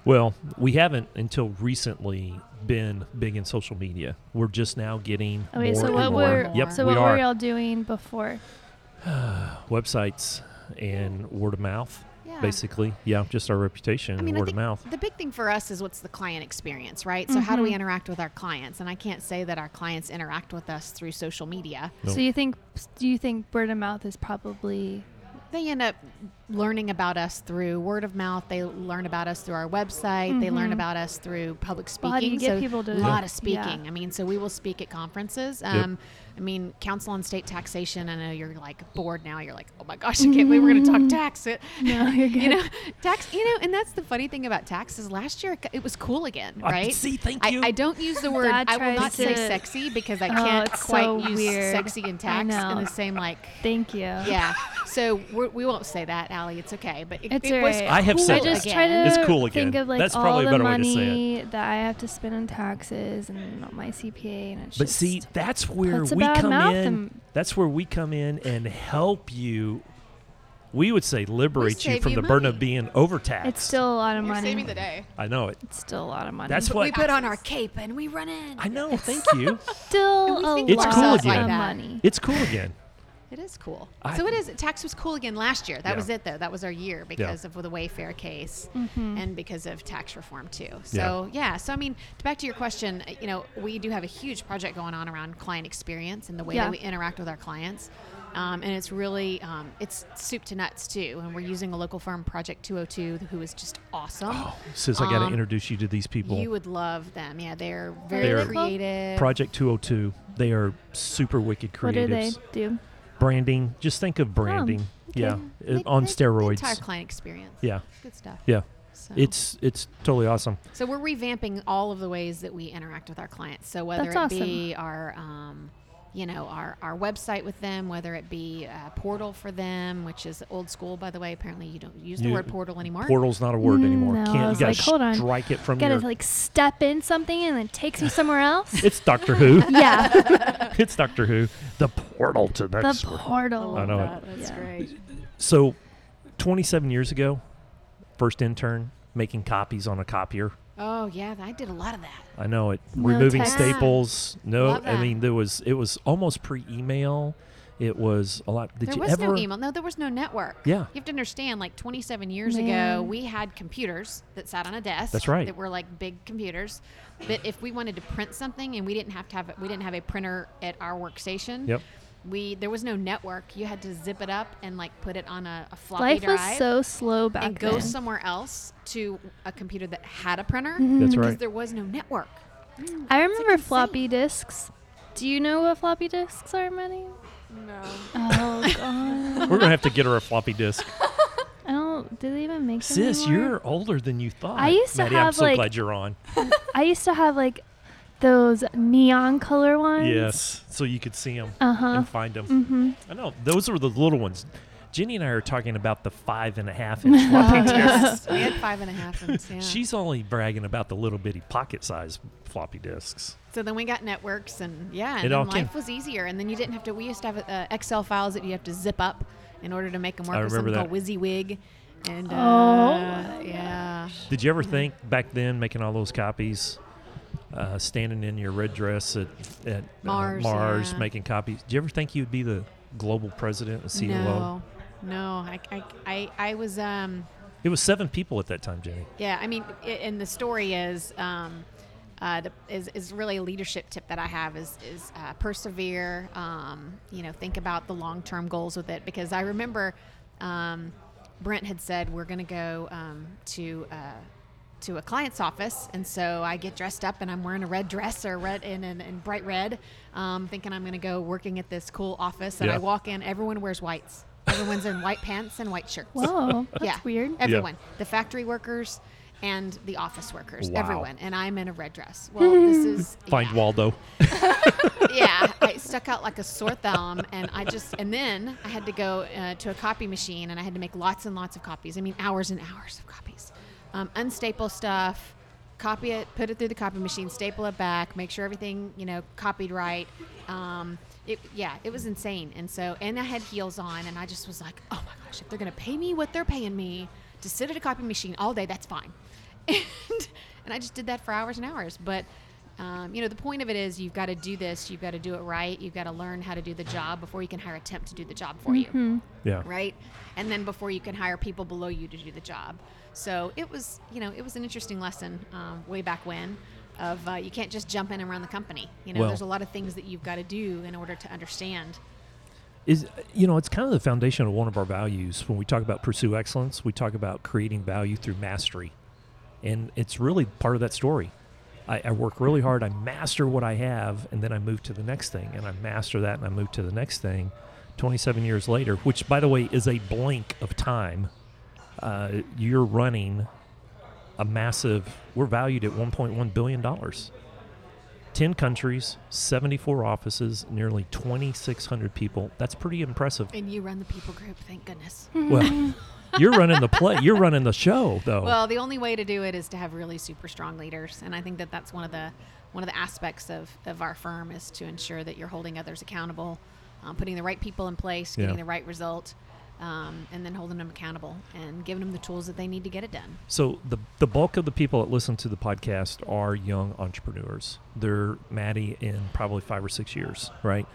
Well, we haven't until recently been big in social media. We're just now getting
Okay,
more
so
and
what
more.
were
yep,
so
we
what
are.
were y'all doing before?
websites and word of mouth
Yeah.
basically yeah just our reputation
I mean,
and
I
word
think
of mouth
the big thing for us is what's the client experience, right? So how
Mm-hmm.
do we interact with our clients? And I can't say that our clients interact with us through social media.
Nope.
So you think do you think word of mouth is probably
They end up learning about us through word of mouth. They learn about us through our website. They learn about us through public
Mm-hmm.
speaking.
Well, how do you get
So
people to-
a lot of
Yeah.
speaking? I mean, so we will speak at conferences. Um, I mean, Council on State Taxation. I know you're like bored now. You're like, oh my gosh, I can't believe we're going to
Mm-hmm.
talk tax. It,
no, you're good.
you know, tax. You know, and that's the funny thing about taxes. Last year, it was cool again,
I-
right?
see, thank
I,
you.
I don't use the word.
Dad
I will
tries
not say
to-
sexy because I
Oh,
can't
it's
quite
so
use
weird.
sexy and
I
tax in
know.
the same like.
Thank you.
Yeah. So we're, we won't say that, Allie. It's okay. But it,
It's
it was
alright.
I have
cool
said
I
So
just
again.
try to
It's cool again.
think of like
That's
all
probably a
the
better way to say it.
money that I have to spend on taxes and on my CPA, and it's
but
just
see that's where
puts a
we
bad
come
mouth
in
in-
that's where we come in and help you we would say liberate you
save
from
you
the burden of
money.
being overtaxed
it's still a lot of
You're
money.
saving the day.
i know it
It's still a lot of money.
That's
But
what-
we put on our cape and we run in.
i know thank you
still
we
a
think
It's
lot
cool
of
again.
money.
it's cool again
It is cool.
I-
so it is. Tax was cool again last year. That
Yeah.
was it, though. That was our year because of the Wayfair case and because of tax reform too. So yeah. So I mean, to- back to your question, uh, you know, we do have a huge project going on around client experience and the way
Yeah.
that we interact with our clients, um, and it's really um, it's soup to nuts too. And we're using a local firm, Project 202, who is just awesome.
Oh, sis, I got to
Um,
introduce you to these people.
You would love them. Yeah, they're very
They're-
creative.
Project 202. They are super wicked creatives.
What do they Oh, do?
Branding. Just think of branding. Yeah, it- on steroids.
Entire client experience.
yeah,
Good stuff.
yeah.
So.
It's it's totally awesome.
So we're revamping all of the ways that we interact with our clients. So whether
That's
it be our, um, you know, our, our website with them, whether it be a portal for them, which is old school, by the way. Apparently, you don't use the
You-
word portal anymore.
Portal's not a word anymore.
No, I
Can't
was
you
like,
got to
hold on.
strike it from
Gotta
your.
like step in something and then takes me somewhere else.
it's Doctor Who.
yeah,
it's Doctor Who. The portal to the
the
next world.
portal.
Oh, I know it.
That's
Yeah.
great.
So, 27 years ago, first intern making copies on a copier.
Oh yeah, I did a lot of that.
I know it.
No
Removing
text.
Yeah.
staples. No,
Love
I
that.
mean there was it was almost pre-email. It was a lot. Did
there
you
was
ever?
no email. No, there was no network.
Yeah.
You have to understand, like 27 years ago,
Man.
we had computers that sat on a desk.
That's right.
That were like big computers. But if we wanted to print something and we didn't have to have we didn't have a printer at our workstation.
Yep.
We there was no network. You had to zip it up and like put it on a, a floppy
Life
drive
was so slow back
and go
then.
somewhere else to a computer that had a printer
Mm-hmm.
That's
because
right.
there was no network.
I remember
insane.
floppy disks. Do you know what floppy disks are, Manny?
No.
Oh god.
We're gonna have to get her a floppy disk.
I don't. Do they even make them
Sis,
anymore?
you're older than you thought.
I used to
Maddie, I'm
have,
so
like-
glad you're on.
I used to have like those neon color ones.
Yes, so you could see them
Uh-huh.
and find them.
Mm-hmm.
I know those were the little ones. Jenny and I are talking about the five and a half inch floppy disk.
we had five and a half. Inches, yeah.
She's only bragging about the little bitty pocket size floppy disks.
So then we got networks, and yeah,
It
and
all
then
came-
life was easier. And then you didn't have to. We used to have uh, Excel files that you have to zip up in order to make them work.
I
or something
remember
called WYSIWYG. And uh,
my
yeah,
Did you ever
Mm-hmm.
think back then making all those copies, uh, standing in your red dress at, at uh,
Mars,
Mars
yeah.
making copies? Did you ever think you'd be the global president and E CEO?
no, no, I, I, I, I was um,
It was seven people at that time, Jenny.
Yeah, I mean, i and the story is, um, uh, the, is is really a leadership tip that I have is is uh, persevere. Um, you know, think about the long term goals with it because I remember um, Brent had said we're going to go um, to. Uh, to a client's office, and so I get dressed up, and I'm wearing a red dress or red in and, and bright red, um, thinking I'm going to go working at this cool office. And
Yeah.
I walk in, everyone wears whites. Everyone's in white pants and white shirts
Whoa, that's weird.
everyone the factory workers and the office workers
Wow.
everyone and i'm in a red dress well this is
Find
yeah,
Waldo.
yeah i stuck out like a sore thumb and i just and then i had to go uh, to a copy machine and i had to make lots and lots of copies i mean hours and hours of copies um, unstaple stuff copy it put it through the copy machine staple it back make sure everything you know copied right um, it, yeah it was insane and so and i had heels on and i just was like oh my gosh if they're gonna pay me what they're paying me to sit at a copy machine all day that's fine and, and i just did that for hours and hours but um, you know the point of it is you've got to do this you've got to do it right you've got to learn how to do the job before you can hire a temp to do the job for you
Yeah.
right? And then before you can hire people below you to do the job. So it was, you know, it was an interesting lesson um, way back when of uh, you can't just jump in and run the company. You know,
Well-
there's a lot of things that you've got to do in order to understand.
is you know it's kind of the foundation of one of our values when we talk about pursue excellence we talk about creating value through mastery and it's really part of that story I, I work really hard i master what i have and then i move to the next thing and i master that and i move to the next thing 27 years later which by the way is a blink of time uh, you're running a massive we're valued at 1.1 billion dollars 10 countries, 74 offices, nearly 2,600 people. That's pretty impressive.
And you run the people group, thank goodness.
Well, you're running the play, you're running the show, though.
Well, the only way to do it is to have really super strong leaders, and I think that that's one of the one of the aspects of of our firm is to ensure that you're holding others accountable, um, putting the right people in place, getting
Yeah.
the right result, um, and then holding them accountable and giving them the tools that they need to get it done.
so, the, the bulk of the people that listen to the podcast are young entrepreneurs. They're Maddie in probably five or six years, right?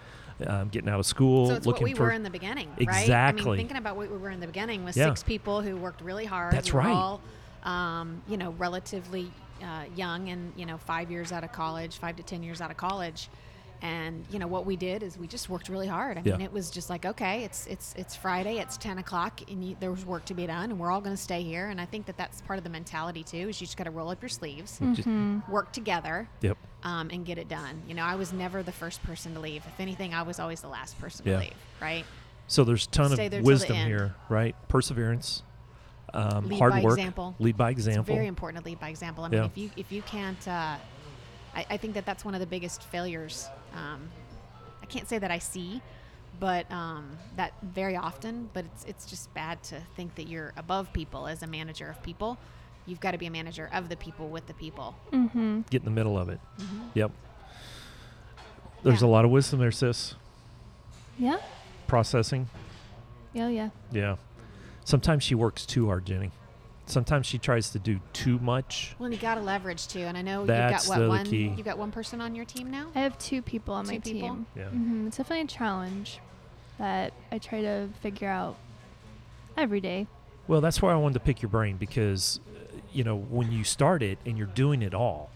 um, getting out of school,
So it's what
looking
we
for.
were in the beginning, right? I
Exactly.
mean, thinking about what we were in the beginning was
Yeah.
six people who worked really hard.
That's
we were
right.
All, um, you know, relatively uh, young and, you know, five years out of college, five to 10 years out of college. And, you know, what we did is we just worked really hard. I
Yeah.
mean, it was just like, okay, it's, it's, it's Friday, it's 10 o'clock and you, there was work to be done and we're all going to stay here. And I think that that's part of the mentality too, is you just got to roll up your sleeves,
Just-
work together,
Yep.
um, and get it done. You know, I was never the first person to leave. If anything, I was always the last person
Yeah.
to leave, right?
So there's a ton
Stay there
of
till the
wisdom
end.
here, right? Perseverance, um,
Lead
hard
by
work,
example.
lead by
It's
example.
very important to lead by example. I mean,
Yeah.
if you if you can't, uh, I, I think that that's one of the biggest failures. Um, I can't say that I see, but um, that very often. But it's it's just bad to think that you're above people as a manager of people. You've got to be a manager of the people with the people.
Mm-hmm.
Get in the middle of it. Yep. There's a
Yeah.
lot of wisdom there, sis.
Yeah.
Processing.
Yeah. Yeah.
Yeah. Sometimes she works too hard, Jenny. Sometimes she tries to do too much.
Well, and you got to leverage too. And I know
That's
you've got
the
what one
key.
you've got one person on your team now.
I have two people on my
Two people?
team.
Yeah.
hmm It's definitely a challenge that I try to figure out every day.
Well, that's why I wanted to pick your brain because, uh, you know, when you start it and you're doing it all,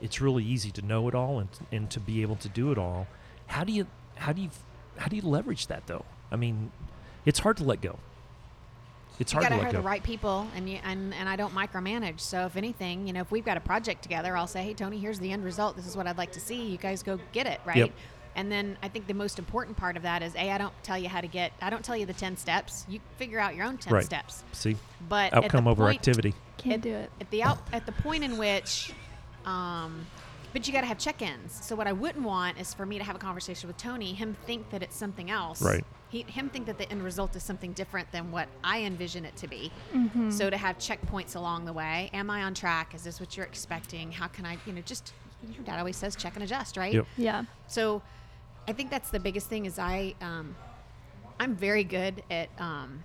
it's really easy to know it all and, and to be able to do it all. How do you how do you how do you leverage that though? I mean, it's hard to let go. It's
you
hard
gotta
to let
hire
go.
the right people and you and, and i don't micromanage so if anything you know if we've got a project together i'll say hey tony here's the end result this is what i'd like to see you guys go get it right
Yep.
and then i think the most important part of that is a i don't tell you how to get i don't tell you the 10 steps you figure out your own 10
Right.
steps
See,
but at the
outcome over
point-
activity.
Can't
at,
do it.
at the out at the point in which um but you got to have check-ins so what i wouldn't want is for me to have a conversation with tony him think that it's something else
Right.
he, him think that the end result is something different than what i envision it to be so to have checkpoints along the way am i on track is this what you're expecting how can i you know just your dad always says check and adjust right
Yep.
Yeah.
so I think that's the biggest thing is I um, I'm very good at um,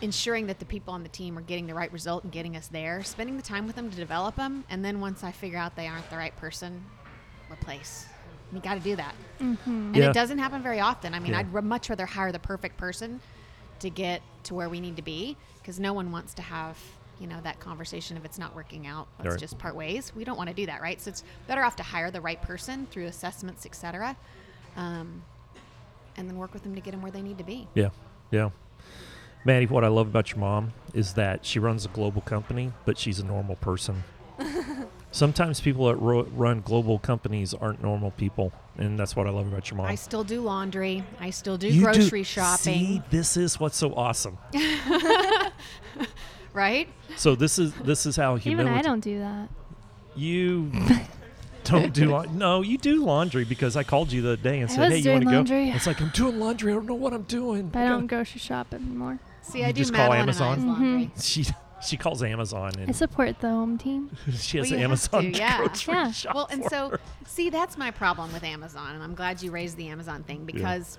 ensuring that the people on the team are getting the right result and getting us there, spending the time with them to develop them, and then once I figure out they aren't the right person, replace. You got to do that, and
Yeah.
it doesn't happen very often. I mean,
Yeah.
I'd r- much rather hire the perfect person to get to where we need to be because no one wants to have you know that conversation if it's not working out let's
Right.
just part ways we don't want to do that right so it's better off to hire the right person through assessments etc um, and then work with them to get them where they need to be
Yeah, yeah. Maddie, what I love about your mom is that she runs a global company, but she's a normal person. Sometimes people that ro- run global companies aren't normal people, and that's what I love about your mom.
i still do laundry i still do
You
grocery shopping
See, this is what's so awesome.
right
So this is this is how humility.
Even I don't do that.
You don't do laun- no. You do laundry because I called you the other day and
I
said,
was
"Hey, you
doing
want to go?"
laundry.
It's like I'm doing laundry. I don't know what I'm doing.
But I don't grocery shop anymore.
see
You
i do
just call
Madeline
Amazon?
and I's laundry
She she calls Amazon
I
and
support the home team.
she has
Well,
an
you have to,
Amazon
yeah.
grocery
Yeah.
shop.
Well, and
for
so
her.
see, that's my problem with Amazon, and I'm glad you raised the Amazon thing because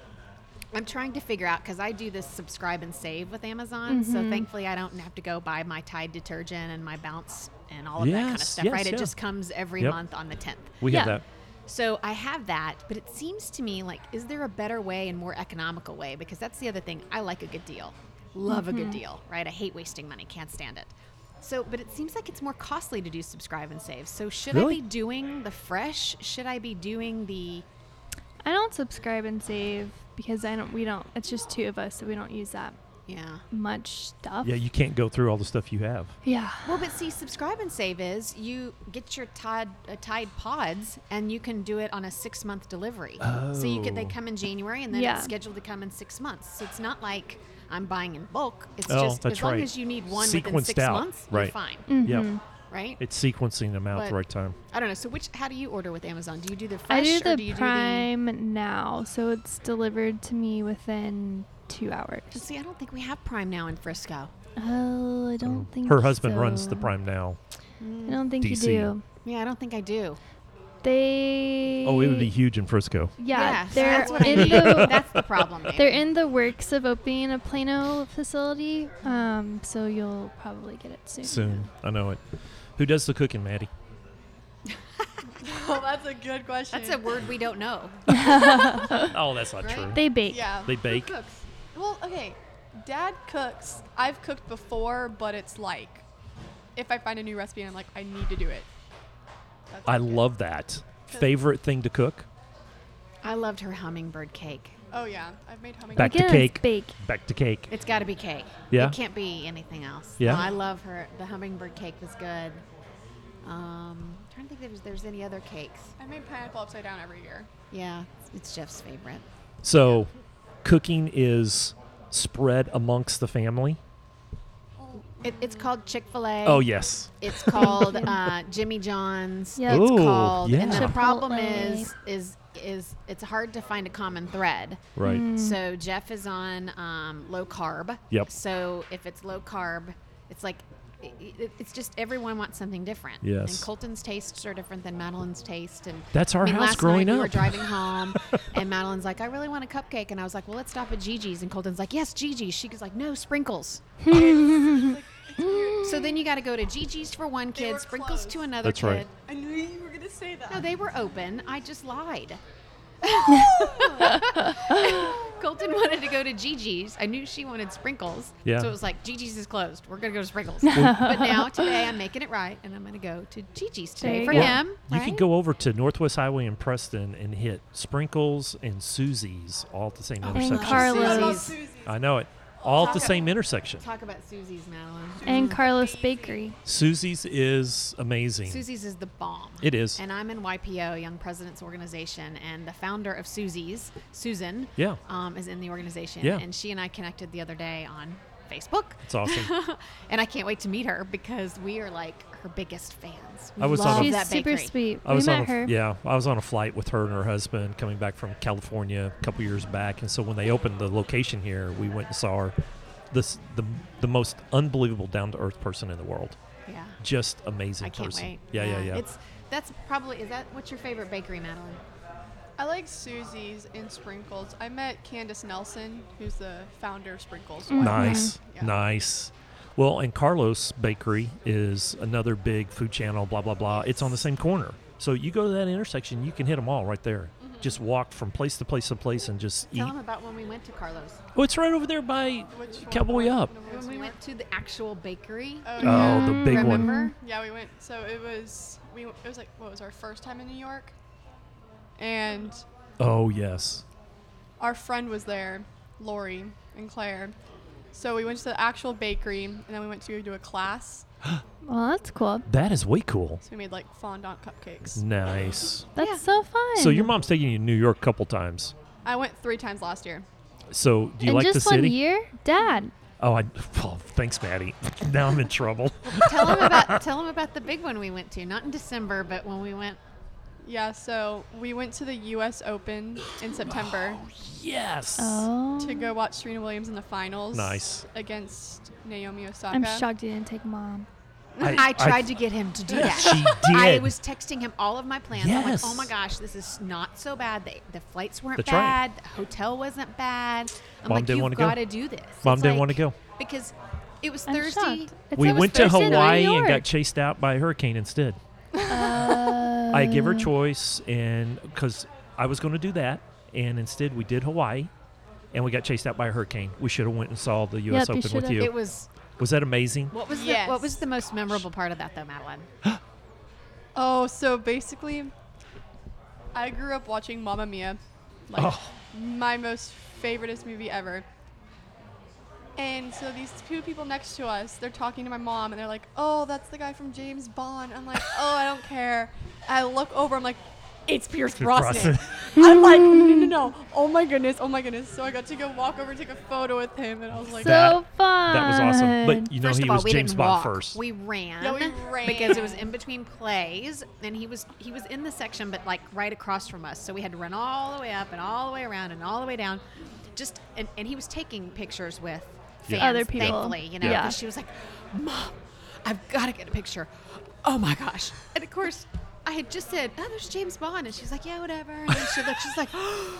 I'm trying to figure out because I do this subscribe and save with Amazon, so thankfully I don't have to go buy my Tide detergent and my Bounce and all of that kind of
Yes,
stuff.
yes,
right?
yeah.
It just comes every
Yep.
month on the 10th.
we have
yeah.
that.
So I have that, but it seems to me like, is there a better way and more economical way? Because that's the other thing. I like a good deal, love a good deal, right? I hate wasting money, can't stand it. So, but it seems like it's more costly to do subscribe and save. So, should
Really?
I be doing the fresh? Should I be doing the
I don't subscribe and save because I don't. We don't. It's just two of us, so we don't use that
yeah?
much stuff.
Yeah, you can't go through all the stuff you have.
Yeah.
Well, but see, subscribe and save is you get your Tide uh, Tide pods, and you can do it on a six month delivery. So you could they
Oh.
come in January, and then
Yeah.
it's scheduled to come in six months. So it's not like I'm buying in bulk. It's
Oh,
just
that's
as long
right.
as you need one within
Sequenced
six
out.
months,
Right.
you're fine,
Mm.
Yeah,
right?
it's sequencing them out at the
Mm-hmm. But-
right time.
I don't know. So which? How do you order with Amazon? Do you do the fresh
I do
or
the
do you
Prime now, so it's delivered to me within two
do the?
hours.
See, I don't think we have Prime now in Frisco.
Oh, I don't think
Um, Her husband runs
so.
the Prime now.
I don't think
DC.
you do.
Yeah, I don't think I do.
They.
Oh, it would be huge in Frisco.
Yeah,
so
they're
that's what I
in
mean.
the
that's the problem. There.
They're in the works of opening a Plano facility, um, so you'll probably get it soon.
Soon, I know it. Who does the cooking, Maddie?
Oh, that's a good question.
That's a word we don't know.
Oh, that's not
Right?
true.
They bake.
yeah.
They bake.
Who cooks? Well, okay. Dad cooks. I've cooked before, but it's like if I find a new recipe and I'm like, I need to do it. That's
I
it.
love that. Favorite thing to cook?
I loved her hummingbird cake.
Oh yeah, I've made humming.
Back to
Again, it's
cake.
bake.
Back to cake.
It's got to be cake.
Yeah.
It can't be anything else.
Yeah.
No, I love her. The hummingbird cake was good. Um, I'm trying to think if there's, there's any other cakes.
I made pineapple upside down every year.
Yeah, it's Jeff's favorite.
So, cooking is spread amongst the family.
It, it's called Chick Fil A.
Oh yes.
It's called uh, Jimmy John's.
Yeah.
It's
Ooh,
called. And
yeah.
the problem
Chipotle.
is, is, is it's hard to find a common thread.
Right.
So Jeff is on um, low carb.
Mm. Yep.
So if it's low carb, it's like i- i it's just everyone wants something different.
Yes.
And Colton's tastes are different than Madeline's taste, and
That's our
I mean,
house
last
growing
night We
up.
were driving home, and Madeline's like, "I really want a cupcake," and I was like, "Well, let's stop at Gigi's," and Colton's like, "Yes, Gigi's." She was like, "No, sprinkles." so then you got to go to Gigi's for one
They were
kid, sprinkles to
closed.
another
That's
kid.
right.
I knew you were gonna say that.
No, they were open. I just lied. Colton wanted to go to Gigi's. I knew she wanted sprinkles.
Yeah.
So it was like, Gigi's is closed. We're going to go to sprinkles. but now, today, I'm making it right, and I'm going to go to Gigi's
There
today
you
for
go.
him.
You
right?
can go over to Northwest Highway in Preston and hit Sprinkles and Susie's all at the same
Oh,
intersection.
I love
Carlos.
Susie's.
I know it. All at the
Taco.
same intersection.
Talk about Susie's, Madeline.
And Carlos Bakery.
Susie's is amazing.
Susie's is the bomb.
It is.
And I'm in YPO, Young Presidents Organization, and the founder of Susie's, Susan,
Yeah.
um, is in the organization.
Yeah.
And she and I connected the other day on Facebook.
It's awesome.
and I can't wait to meet her because we are like her biggest fans. We
I was on
love
a-
She's
that
super
bakery.
sweet.
I
we
was
met
on a,
her.
Yeah, I was on a flight with her and her husband coming back from California a couple years back, and so when they opened the location here, we went and saw her. This the the most unbelievable down to earth person in the world.
Yeah.
Just amazing
I can't
person.
wait.
Yeah, yeah, yeah.
It's that's probably is that what's your favorite bakery, Madeline?
I like Susie's and Sprinkles. I met Candace Nelson, who's the founder of Sprinkles.
nice,
Yeah.
nice. Well, and Carlos Bakery is another big food channel. Blah blah blah. It's on the same corner, so you go to that intersection, you can hit them all right there. Just walk from place to place to place and just
Tell
eat.
them about when we went to Carlos.
Oh, it's right over there by
Which one?
Cowboy Up.
When we went to the actual bakery.
Oh,
Oh,
yeah.
the big one.
remember?
Yeah, we went. So it was we. It was like what was our first time in New York, and
Oh yes.
our friend was there, Lori and Claire. So we went to the actual bakery, and then we went to do a class.
Well, that's cool.
That is way cool.
So we made like fondant cupcakes.
Nice.
That's
Yeah.
so fun.
So your mom's taking you to New York a couple times.
I went three times last year.
So do you
in
like
just
the city?
one year, Dad.
Oh, I, oh, thanks, Maddie. now I'm in trouble.
tell them about tell them about the big one we went to. Not in December, but when we went.
Yeah, so we went to the U.S. Open in September
yes.
Oh,
to go watch Serena Williams in the finals.
Nice.
Against Naomi Osaka.
I'm shocked you didn't take Mom.
I-
I,
I-
tried to get him to do that.
She
I
did.
was texting him all of my plans. I'm like,
Yes.
oh my gosh, this is not so bad. The, the flights weren't
That's right.
bad. The hotel wasn't bad. I'm
Mom
like,
didn't
you've
wanna go.
got to do this.
Mom
It's
didn't
like-
wanna go.
Because it was
I'm
Thursday.
shocked. It
we
said it was
went to
Thursday, not
Hawaii
New
and got
York.
chased out by a hurricane instead.
Oh.
Uh,
I gave her choice, and because I was going to do that, and instead we did Hawaii, and we got chased out by a hurricane. We should have went and saw the U.S.
Yep, you
Open with
should've.
you.
It was
was that amazing?
what was
Yes.
the what was the most memorable part of that though, Madeline?
Oh, so basically, I grew up watching Mamma Mia, like
Oh.
my most favoriteest movie ever. And so these two people next to us, they're talking to my mom, and they're like, "Oh, that's the guy from James Bond." I'm like, "Oh, I don't care." I look over, I'm like, "It's Pierce Brosnan." I'm like, "No, no, no, no! Oh my goodness! Oh my goodness!" So I got to go walk over, take a photo with him, and I was like,
so
That-
fun.
That was awesome. But you know
first
he
of all,
was
we
James
didn't
Bond
walk.
first.
We ran.
Yeah, we ran.
because it was in between plays, and he was he was in the section, but like right across from us. So we had to run all the way up and all the way around and all the way down. Just and, and he was taking pictures with fans,
Yeah.
Other people.
Thankfully, you know,
Yeah.
'cause she was like, "Mom, I've got to get a picture." Oh my gosh! And of course. I had just said, "Oh, there's James Bond," and she's like, "Yeah, whatever." And then she looked, she's like, "Oh,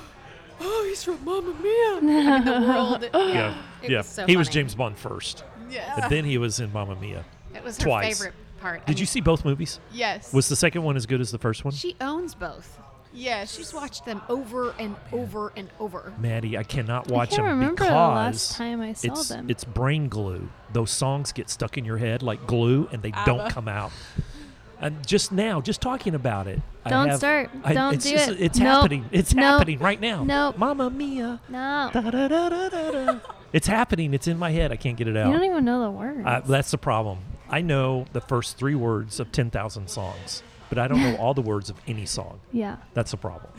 he's from Mamma Mia." I mean, the world. Yeah,
yeah,
It
yeah.
Was so
he was
funny.
James Bond first,
"Yeah."
and then he was in Mamma Mia.
It was
Twice.
her favorite part. I
Did you
mean,
see both movies?
Yes.
Was the second one as good as the first one?
She owns both.
yes.
She's watched them over and over and over.
Maddie, I cannot watch
can't
them
remember
because
the last time I saw
it's,
them.
It's brain glue. Those songs get stuck in your head like glue, and they don't
ABBA.
come out. And just now, just talking about it, I
Don't
have-
start.
I-
Don't
it's
do
just-
it.
It's
Nope.
happening. It's
Nope.
happening right now.
Nope.
Mamma mia.
No,
Da-da-da-da-da-da. it's happening. It's in my head. I can't get it out.
you don't even know the words.
Uh, that's the problem. I know the first three words of 10,000 songs, but I don't know all the words of any song.
yeah.
That's a problem.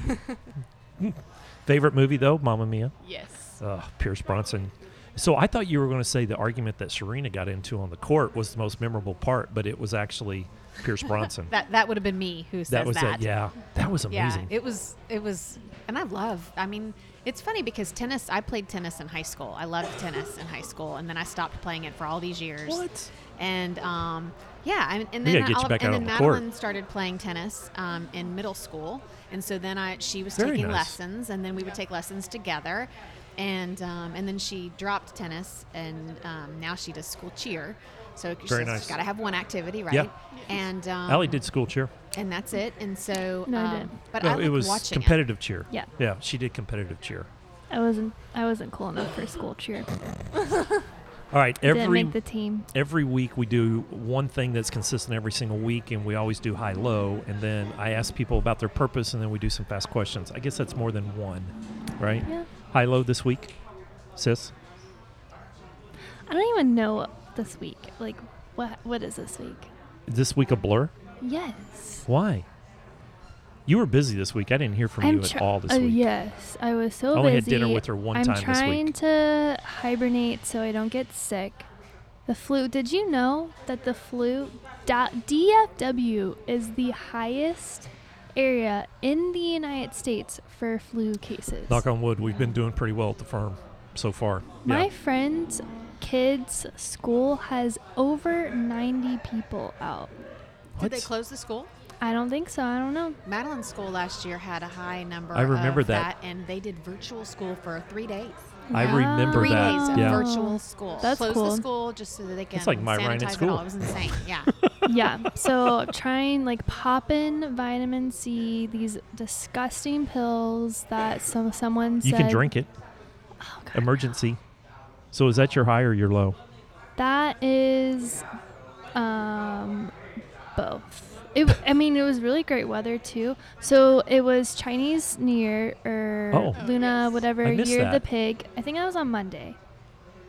Favorite movie, though? Mamma Mia.
yes.
Ugh, Pierce Bronson. So I thought you were going to say the argument that Serena got into on the court was the most memorable part, but it was actually Pierce Bronson.
That that would have been me who says that.
was it. Yeah, that was
Yeah,
amazing.
it was. It was, and I love. I mean, it's funny because tennis. I played tennis in high school. I loved tennis in high school, and then I stopped playing it for all these years.
What?
And um, yeah, and, and
We
then
gotta get
all
you
of-
back
and
out
then
on the court.
Madeline started playing tennis um, in middle school, and so then I she was
Very
taking
nice.
lessons, and then we would take lessons together, and um, and then she dropped tennis, and um, now she does school cheer. So
Very
she's
nice.
got to have one activity, right?
Yeah.
And um,
Allie did school cheer.
and that's it. And so,
No, I
um,
didn't.
but I
No,
like
it was
watching it.
competitive cheer.
Yeah.
Yeah, she did competitive cheer.
I wasn't. I wasn't cool enough for school cheer.
All right,
Didn't
every
make the team.
every week we do one thing that's consistent every single week and we always do high low and then i ask people about their purpose and then we do some fast questions i guess that's more than one right
Yeah.
high low this week sis
I don't even know this week. Like, what? What is this week?
is this week a blur
Yes.
why you were busy this week i didn't hear from you at
try-
all this
uh,
week
Yes, I was so
I only had
busy.
dinner with her one
I'm
time this week.
trying to hibernate so I don't get sick. The flu. Did you know that the flu da- DFW is the highest area in the United States for flu cases?
knock on wood we've been doing pretty well at the firm so far
My
yeah
friend's kids' school has over 90 people out.
Did they close the school?
I don't think so. I don't know.
Madeline's school last year had a high number.
I remember
of
that.
and they did virtual school for three days.
i remember
Three
that
days of
yeah
virtual school.
That's
Closed
cool.
the school just so that they can
like my
sanitize
Ryan at
it
school.
all. It was insane. Yeah.
yeah. So trying like popping vitamin C, these disgusting pills that some someone
you
said Oh,
can drink it emergency so is that your high or your low
That is, um, both. It. w- I mean, it was really great weather too. So it was Chinese New Year or
Oh. Oh,
Luna,
yes.
whatever
I missed
year of the
that.
pig. I think I was on Monday,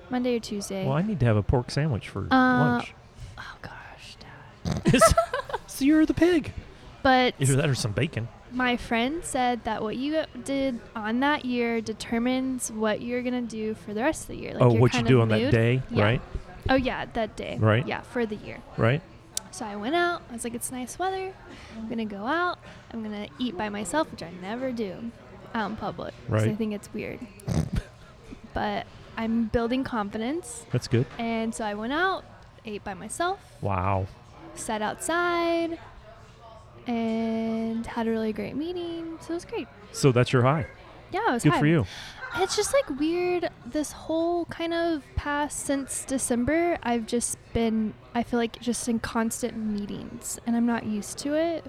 Monday or Tuesday.
well i need to have a pork sandwich for lunch
Oh gosh. Dad.
it's, it's the year of the pig.
But
Either that or some bacon.
My friend said that what you did on that year determines what you're gonna do for the rest of the year. Like
oh,
your
what you
kind
do
of
on
mood.
that day,
Yeah.
right?
Oh yeah, that day.
Right.
Yeah, for the year.
Right?
So I went out. I was like, it's nice weather. I'm gonna go out. I'm gonna eat by myself, which I never do out in public. 'cause I
Right.
think it's weird. but I'm building confidence,
That's good.
and so I went out, ate by myself,
Wow.
sat outside, and had a really great meeting. So it was great.
So that's your high.
Yeah, it was
Good
high.
for you.
It's just like weird. This whole kind of past since December, I've just been, I feel like just in constant meetings and I'm not used to it.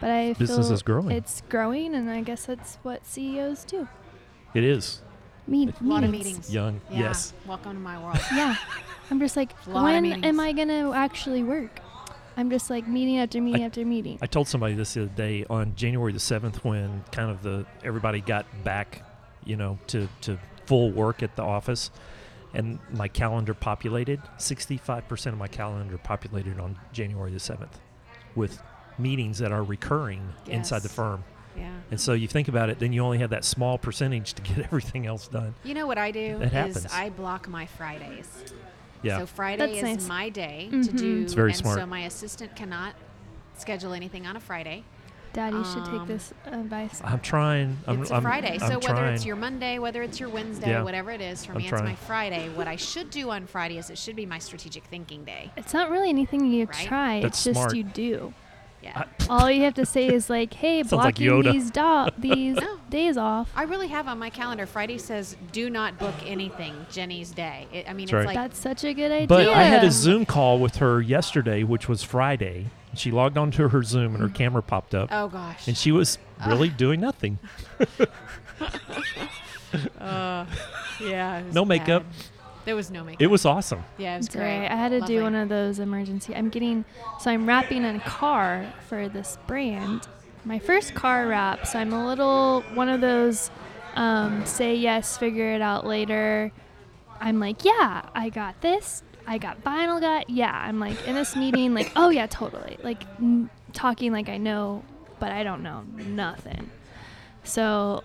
But I
Business
feel
is growing.
It's growing, and I guess that's what CEOs do.
It is.
Meet,
A lot of meetings.
Young.
Yeah.
Yes.
Welcome to my world.
Yeah, I'm just like,
A lot of
when
meetings.
am I gonna actually work? I'm just like meeting after meeting after meeting.
I told somebody this the other day on January the 7th when kind of the everybody got back, you know, to, to full work at the office and my calendar populated. 65% of my calendar populated on January the 7th with meetings that are recurring inside the
Yes.
firm.
Yeah.
And so you think about it, then you only have that small percentage to get everything else done.
You know what I do
That happens.
is I block my Fridays.
Yeah.
So Friday
That's nice.
is my day to
Mhm.
do.
It's very
and
smart.
So my assistant cannot schedule anything on a Friday.
Daddy should take
Um,
this advice.
I'm trying. I'm,
it's a
I'm-
Friday.
I'm
so whether it's
trying.
your Monday, whether it's your Wednesday,
Yeah.
whatever it is, for
I'm
me, it's
trying.
my Friday. What I should do on Friday is it should be my strategic thinking day.
It's not really anything you
Right?
try.
That's
it's just
smart.
you do.
Yeah.
All you have to say is like, "Hey,
Sounds like
blocking
Yoda.
these do- these
No.
days off."
I really have on my calendar. Friday says, "Do not book anything." Jenny's day. It, I mean,
That's right.
it's like
That's such a good idea.
But I had a Zoom call with her yesterday, which was Friday. She logged onto her Zoom and her camera popped up,
oh gosh.
and she was really doing nothing.
Uh, yeah. it was
No makeup.
bad. There was no makeup.
It was awesome.
yeah, it was
It's all
great.
right. I had to
Lovely.
do one of those emergency. I'm getting so I'm wrapping in a car for this brand. My first car wrap, so I'm a little one of those um, say yes, figure it out later. I'm like, yeah, I got this. I got vinyl. Got yeah. I'm like in this meeting, like, oh yeah, totally. Like n- talking like I know, but I don't know nothing. So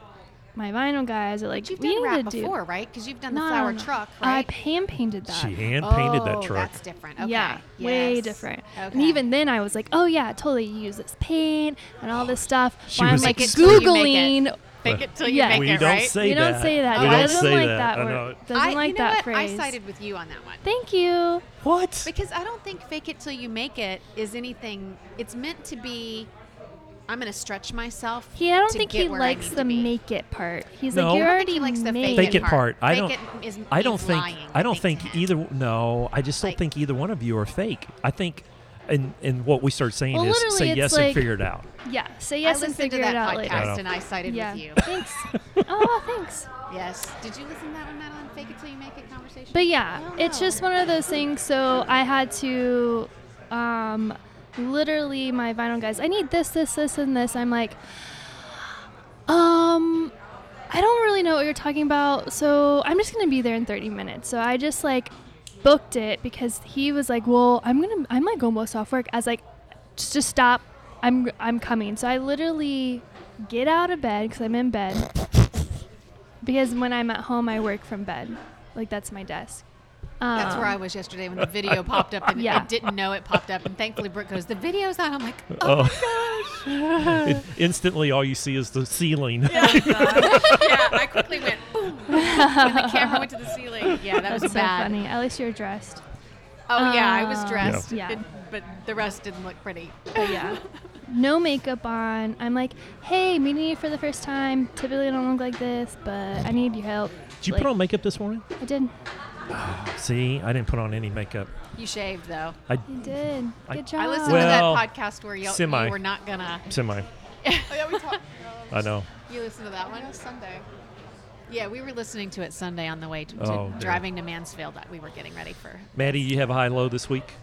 my vinyl guys are like,
But you've
we
done
need
rap
to do.
before, right? Because you've done the
No, no,
flower
no.
truck,
I
right?
hand painted that.
She hand painted that
Oh,
truck.
That's different. Okay.
Yeah, way
yes.
different. And
Okay.
even then, I was like, "Oh yeah, totally use this paint and all this stuff."
She
Why
was
I'm like
Make it till you make it.
googling.
Fake it till you
Yeah.
make
we
it,
don't
right?
say
you
that.
don't say that.
We
Oh,
word.
I
don't
doesn't
say
like
that.
that,
I know
word.
it.
Doesn't
I,
like
you know
that
what?
phrase.
I sided with you on that one.
Thank you.
What?
Because I don't think fake it till you make it is anything. It's meant to be. I'm going to stretch myself.
He, I don't
to
think
get
he
where I
likes
need to
the
be.
make it part. He's
No.
like, "You're
I
think
already
he likes the
made."
fake it
part.
part. I
Fake
don't.
it is-
I
is
don't think.
lying,
I don't think
to him.
either. No, I just don't
Like-
think either one of you are fake. I think, and and what we start saying
Well,
is
literally
say
it's
yes
like-
and figure it out.
Yeah, say
I
yes and
listened to
figure
that
it out
podcast
later.
I know.
and I sided
Yeah,
with you.
thanks. oh, thanks.
Yes. Did you listen to that one, Madeline? Fake it till you make it conversation.
But yeah,
I don't
it's
know.
just one of those things. So I had to, um, literally, my vinyl guys, I need this, this, this, and this. I'm like, um, I don't really know what you're talking about. So I'm just gonna be there in 30 minutes. So I just like booked it because he was like, well, I'm gonna, I'm like almost off work. I was like, just, just stop. I'm, I'm coming. So I literally get out of bed because I'm in bed. Because when I'm at home, I work from bed. Like that's my desk. Um,
That's where I was yesterday when the video popped up, and
Yeah.
I didn't know it popped up. And thankfully, Brooke goes, "The video's on." I'm like, "Oh,
Oh, It- instantly, all you see is the ceiling.
yeah." I quickly went, boom, and the camera went to the ceiling. Yeah, that was
That's so
bad.
funny. At least you're dressed.
Oh yeah, I was
Um,
dressed,
Yeah.
it- but the rest didn't look pretty.
But yeah, no makeup on. I'm like, hey, meeting you for the first time. Typically, I don't look like this, but I need your help.
Did you
Like,
put on makeup this morning?
I did.
See, I didn't put on any makeup.
You shaved though.
I
I did.
I-
Good job.
I listened
Well,
to that podcast where y'all,
semi.
you were not gonna.
semi.
Oh, yeah, we talked.
I know.
You listened to that
One
one?
was Sunday.
Yeah, we were listening to it Sunday on the way to, to
Oh, dear.
driving to Mansfield. That we were getting ready for.
Maddie, you have a high low this week.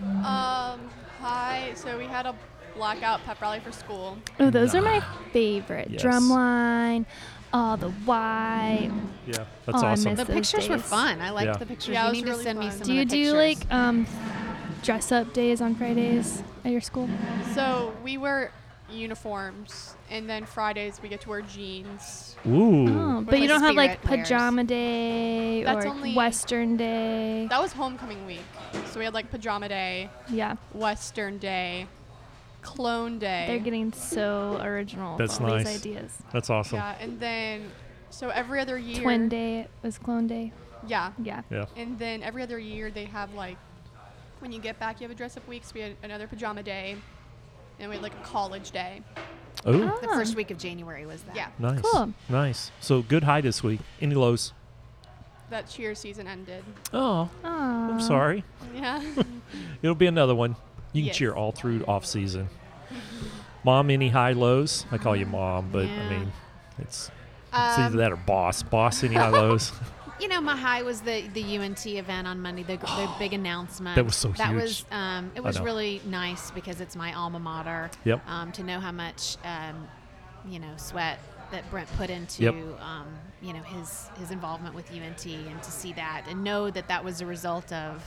Um, hi. So we had a blackout pep rally for school.
oh, those are my favorite.
Yes.
Drumline, all the why.
Yeah, that's
Oh, I
awesome.
miss
The
Those
pictures were
days.
fun. I liked
Yeah.
the pictures.
Yeah, it
you
was
need
really
to send me
fun.
some.
Do you
of the
do
pictures.
like um, dress up days on Fridays at your school?
Mm.
So we wear uniforms, and then Fridays we get to wear jeans.
Ooh.
Oh, but
like
you don't have like
spirit wears.
pajama day
That's
or
only-
Western day.
That was homecoming week. So we had like pajama day,
yeah,
Western day, clone day.
they're getting so original. with
That's
all
nice.
These ideas.
That's awesome.
yeah, and then so every other year.
Twin day was clone day.
Yeah.
Yeah.
Yeah.
And then every other year they have like, when you get back, you have a dress up week. So we had another pajama day, and we had like a college day.
Ooh.
Oh,
The first week of January was that.
Yeah,
Nice.
Cool.
Nice. So good high this week. Any lows?
that cheer season ended.
Oh,
Aw.
I'm sorry.
Yeah.
It'll be another one. You can
Yes.
cheer all through off season. Mom, any high lows? I call you mom, but
Yeah.
I mean, it's, it's either
Um,
that or boss. Boss, any high lows?
You know, my high was the the UNT event on Monday. The, the big announcement.
That was so
That
huge.
was um, it was
know.
really nice because it's my alma mater.
Yep.
Um, to know how much um, you know sweat that Brent put into
Yep.
um, you know his his involvement with UNT and to see that and know that that was a result of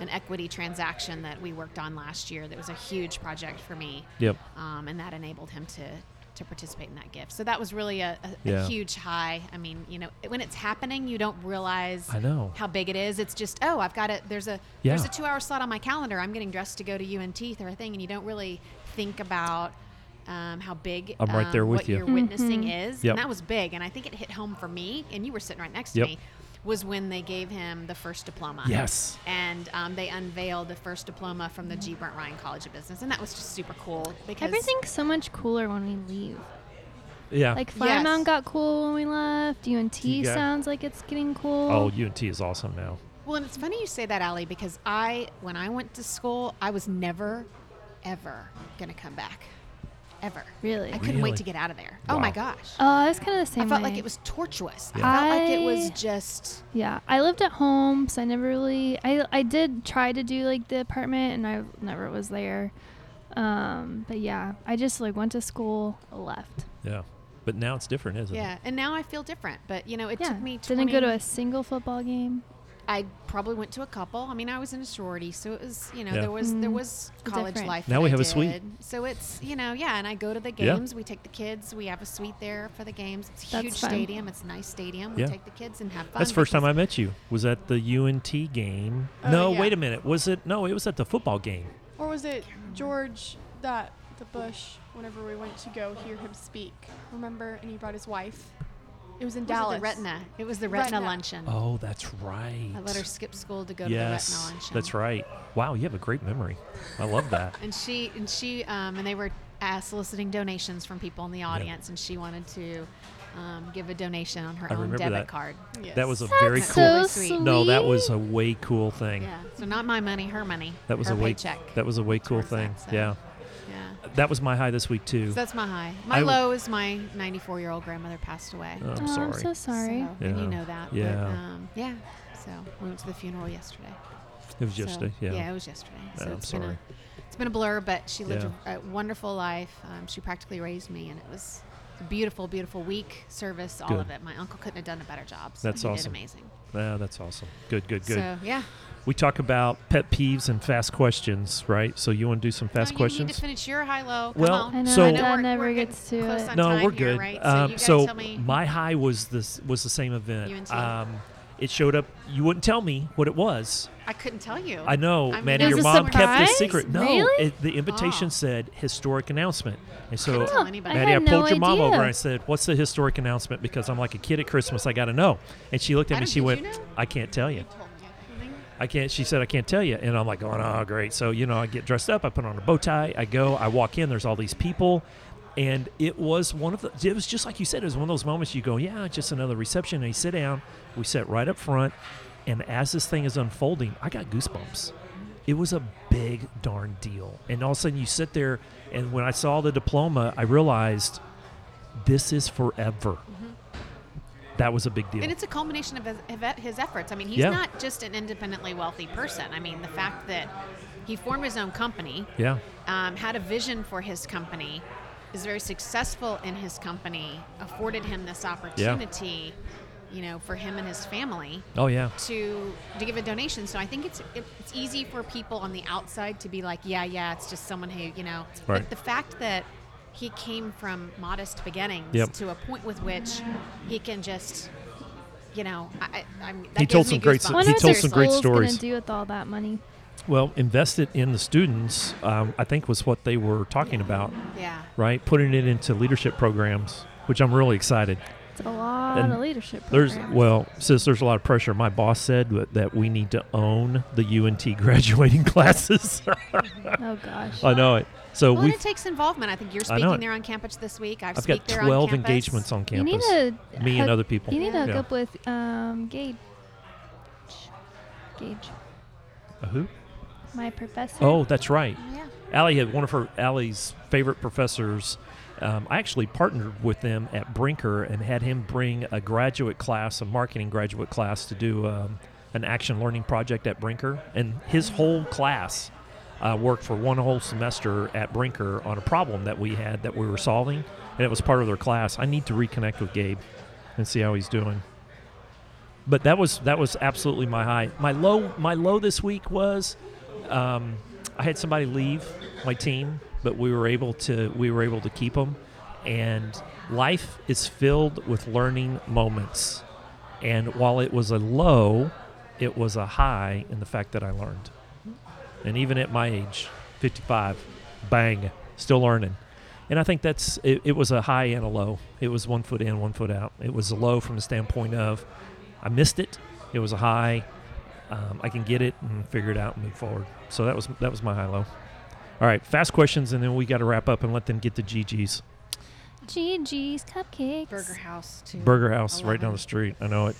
an equity transaction that we worked on last year. That was a huge project for me.
Yep.
Um, and that enabled him to. To participate in that gift, so that was really a, a,
Yeah.
a huge high. I mean, you know, when it's happening, you don't realize
I know.
how big it is. It's just oh, I've got to. There's a there's
Yeah.
a two hour slot on my calendar. I'm getting dressed to go to UNT or a thing, and you don't really think about um, how big
I'm right there
um,
with
what
you.
are witnessing is.
Yep.
And that was big, and I think it hit home for me. And you were sitting right next to
Yep.
me. was when they gave him the first diploma.
Yes.
And um, they unveiled the first diploma from the G. Brent Ryan College of Business, and that was just super cool because
Everything's so much cooler when we leave.
Yeah.
Like
Yes.
Flymount got cool when we left. UNT
Yeah.
sounds like it's getting cool.
oh, UNT is awesome now.
Well, and it's funny you say that, Allie, because I, when I went to school, I was never, ever going to come back. Ever.
Really?
I couldn't
Really?
wait to get out of there. Oh my
Wow.
gosh.
Oh, I was kind of the same.
I felt
way.
like it was tortuous.
Yeah.
I felt like it
I-
was just.
Yeah, I lived at home, so I never really. I I did try to do like the apartment, and I never was there. Um, but yeah, I just like went to school, left.
Yeah. But now it's different, isn't
Yeah,
it?
and now I feel different. But you know, it
yeah,
took me. 20,
didn't go to a single football game.
I probably went to a couple. I mean, I was in a sorority, so it was you know
Yeah.
there was there
Mm.
was college
Different.
life.
Now
that
we
I
have a suite.
did. So it's you know yeah, and I go to the
Yeah.
games. We take the kids. We have a suite there for the games. It's a
That's
huge
fun.
stadium. It's a nice stadium.
Yeah.
We take the kids and have fun.
That's the first time I
because-
met you. Was at the UNT game.
Oh,
no,
yeah.
wait a minute. Was it? No, it was at the football game.
Or was it George that the Bush? Whenever we went to go hear him speak, remember? And he brought his wife. It was in
Was it
Dallas.
The retina. It was the retina,
Retina.
luncheon.
Oh, that's right.
I let her skip school to go to the retina
yes,
luncheon.
that's right. Wow, you have a great memory. I love that.
And she and she um, and they were uh, soliciting donations from people in the audience, and she wanted to um, give a donation on her
I
own
remember
debit
that.
card.
Yes.
That was a very
That's
cool.
so
Really sweet.
No, that was
sweet.
a way cool thing.
Yeah. So not my money, her money.
That was
her
a way
paycheck.
that was a way cool
towards
thing.
that, so,
Yeah.
Yeah.
That was my high this week too.
So that's my high. My
I w-
low is my 94 year old grandmother passed away.
Oh, I'm
oh,
sorry.
I'm so sorry.
So, And
Yeah.
you know that.
Yeah.
But, um, yeah. So we went to the funeral yesterday.
it was
So-
just a, yeah.
Yeah, it was yesterday. So
Yeah, I'm
it's been
sorry.
a it's been a blur, but she lived
Yeah.
a, a wonderful life. Um, she practically raised me, and it was a beautiful, beautiful week service. All of
Good.
it. My uncle couldn't have done a better job. So
That's
he
awesome.
Did amazing.
Yeah, Ah, that's awesome. Good, good, good.
So yeah.
we talk about pet peves and fast questions, right? So you want to do some fast
No, You need
questions?
to finish your high low. Come
Well,
on.
I know,
So-
Dad
we're-
never
we're getting
gets to
close
it.
on
no,
time
we're
here,
good.
right?
um,
so, you
so
gotta tell me
my high was this was the same event.
UNT.
Um, it showed up. You wouldn't tell me what it was.
I couldn't tell you.
I know,
I'm
Manny.
really
Your mom kept this
surprised.
secret. No,
Really?
it, the invitation
Oh.
said historic announcement, and so
tell
I
anybody. Maddie,
Maddie, I,
had
pulled
no
your mom
idea.
over and I said, "What's the historic announcement?" Because I'm like a kid at Christmas. I got to know. And she looked at
I
me.
don't-
She
did
went,
you know?
"I can't tell you.
You told me, I think.
I can't." She said, "I can't tell you." And I'm like, "Going, oh great." So you know, I get dressed up. I put on a bow tie. I go. I walk in. There's all these people. And it was one of the. It was just like you said. It was one of those moments you go, "Yeah, just another reception." And you sit down. We sit right up front. And as this thing is unfolding, I got goosebumps. It was a big darn deal. And all of a sudden, you sit there. And when I saw the diploma, I realized this is forever. That was a big deal.
Mm-hmm. And it's a culmination of his, of e- his efforts. I mean, he's
Yeah.
not just an independently wealthy person. I mean, the fact that he formed his own company,
yeah.
um, had a vision for his company, is very successful in his company, afforded him this opportunity, you know, for him and his family
Oh, yeah.
to to give a donation. So I think it's it, it's easy for people on the outside to be like, yeah, yeah, it's just someone who you know.
Right.
But the fact that he came from modest beginnings
Yep.
to a point with which he can just, you know, I, I, I'm, that
He
gives
told
me
some great
goosebumps.
s-
I wonder
he
what
told
the
some great
school's
stories.
Gonna do with all that money?
Well, invest it in the students, um, I think was what they were talking about,
Yeah.
right? Putting it into leadership programs, which I'm really excited.
It's a lot
And
of leadership.
There's,
programs.
well, since there's a lot of pressure, my boss said that- that we need to own the UNT graduating classes.
oh gosh.
I know it. So
Well, and
we've,
it takes involvement. I think you're
I know
speaking
it.
there on campus this week. I've,
I've got
speak there on
12
campus.
engagements on
you need
campus.
to
me
hook-
and other people.
You need to hook
Yeah.
up with um, Gage. Gage,
Uh, who?
my professor.
Oh, that's right.
Yeah.
Allie had one of her Allie's favorite professors. Um, I actually partnered with them at Brinker and had him bring a graduate class, a marketing graduate class, to do um, an action learning project at Brinker. And his whole class uh, worked for one whole semester at Brinker on a problem that we had that we were solving, and it was part of their class. I need to reconnect with Gabe and see how he's doing. But that was that was absolutely my high. My low my low this week was um, I had somebody leave my team, but we were able to we were able to keep them. And life is filled with learning moments. And while it was a low, it was a high in the fact that I learned. And even at my age, 55, bang, still learning. And I think that's it, it was a high and a low. It was one foot in, one foot out. It was a low from the standpoint of I missed it. It was a high. Um, I can get it and figure it out and move forward. So that was that was my high low. All right, fast questions, and then we got to wrap up and let them get the GGs.
GG's Cupcakes.
Burger House too.
Burger House right down
Eleven.
the street. I know it.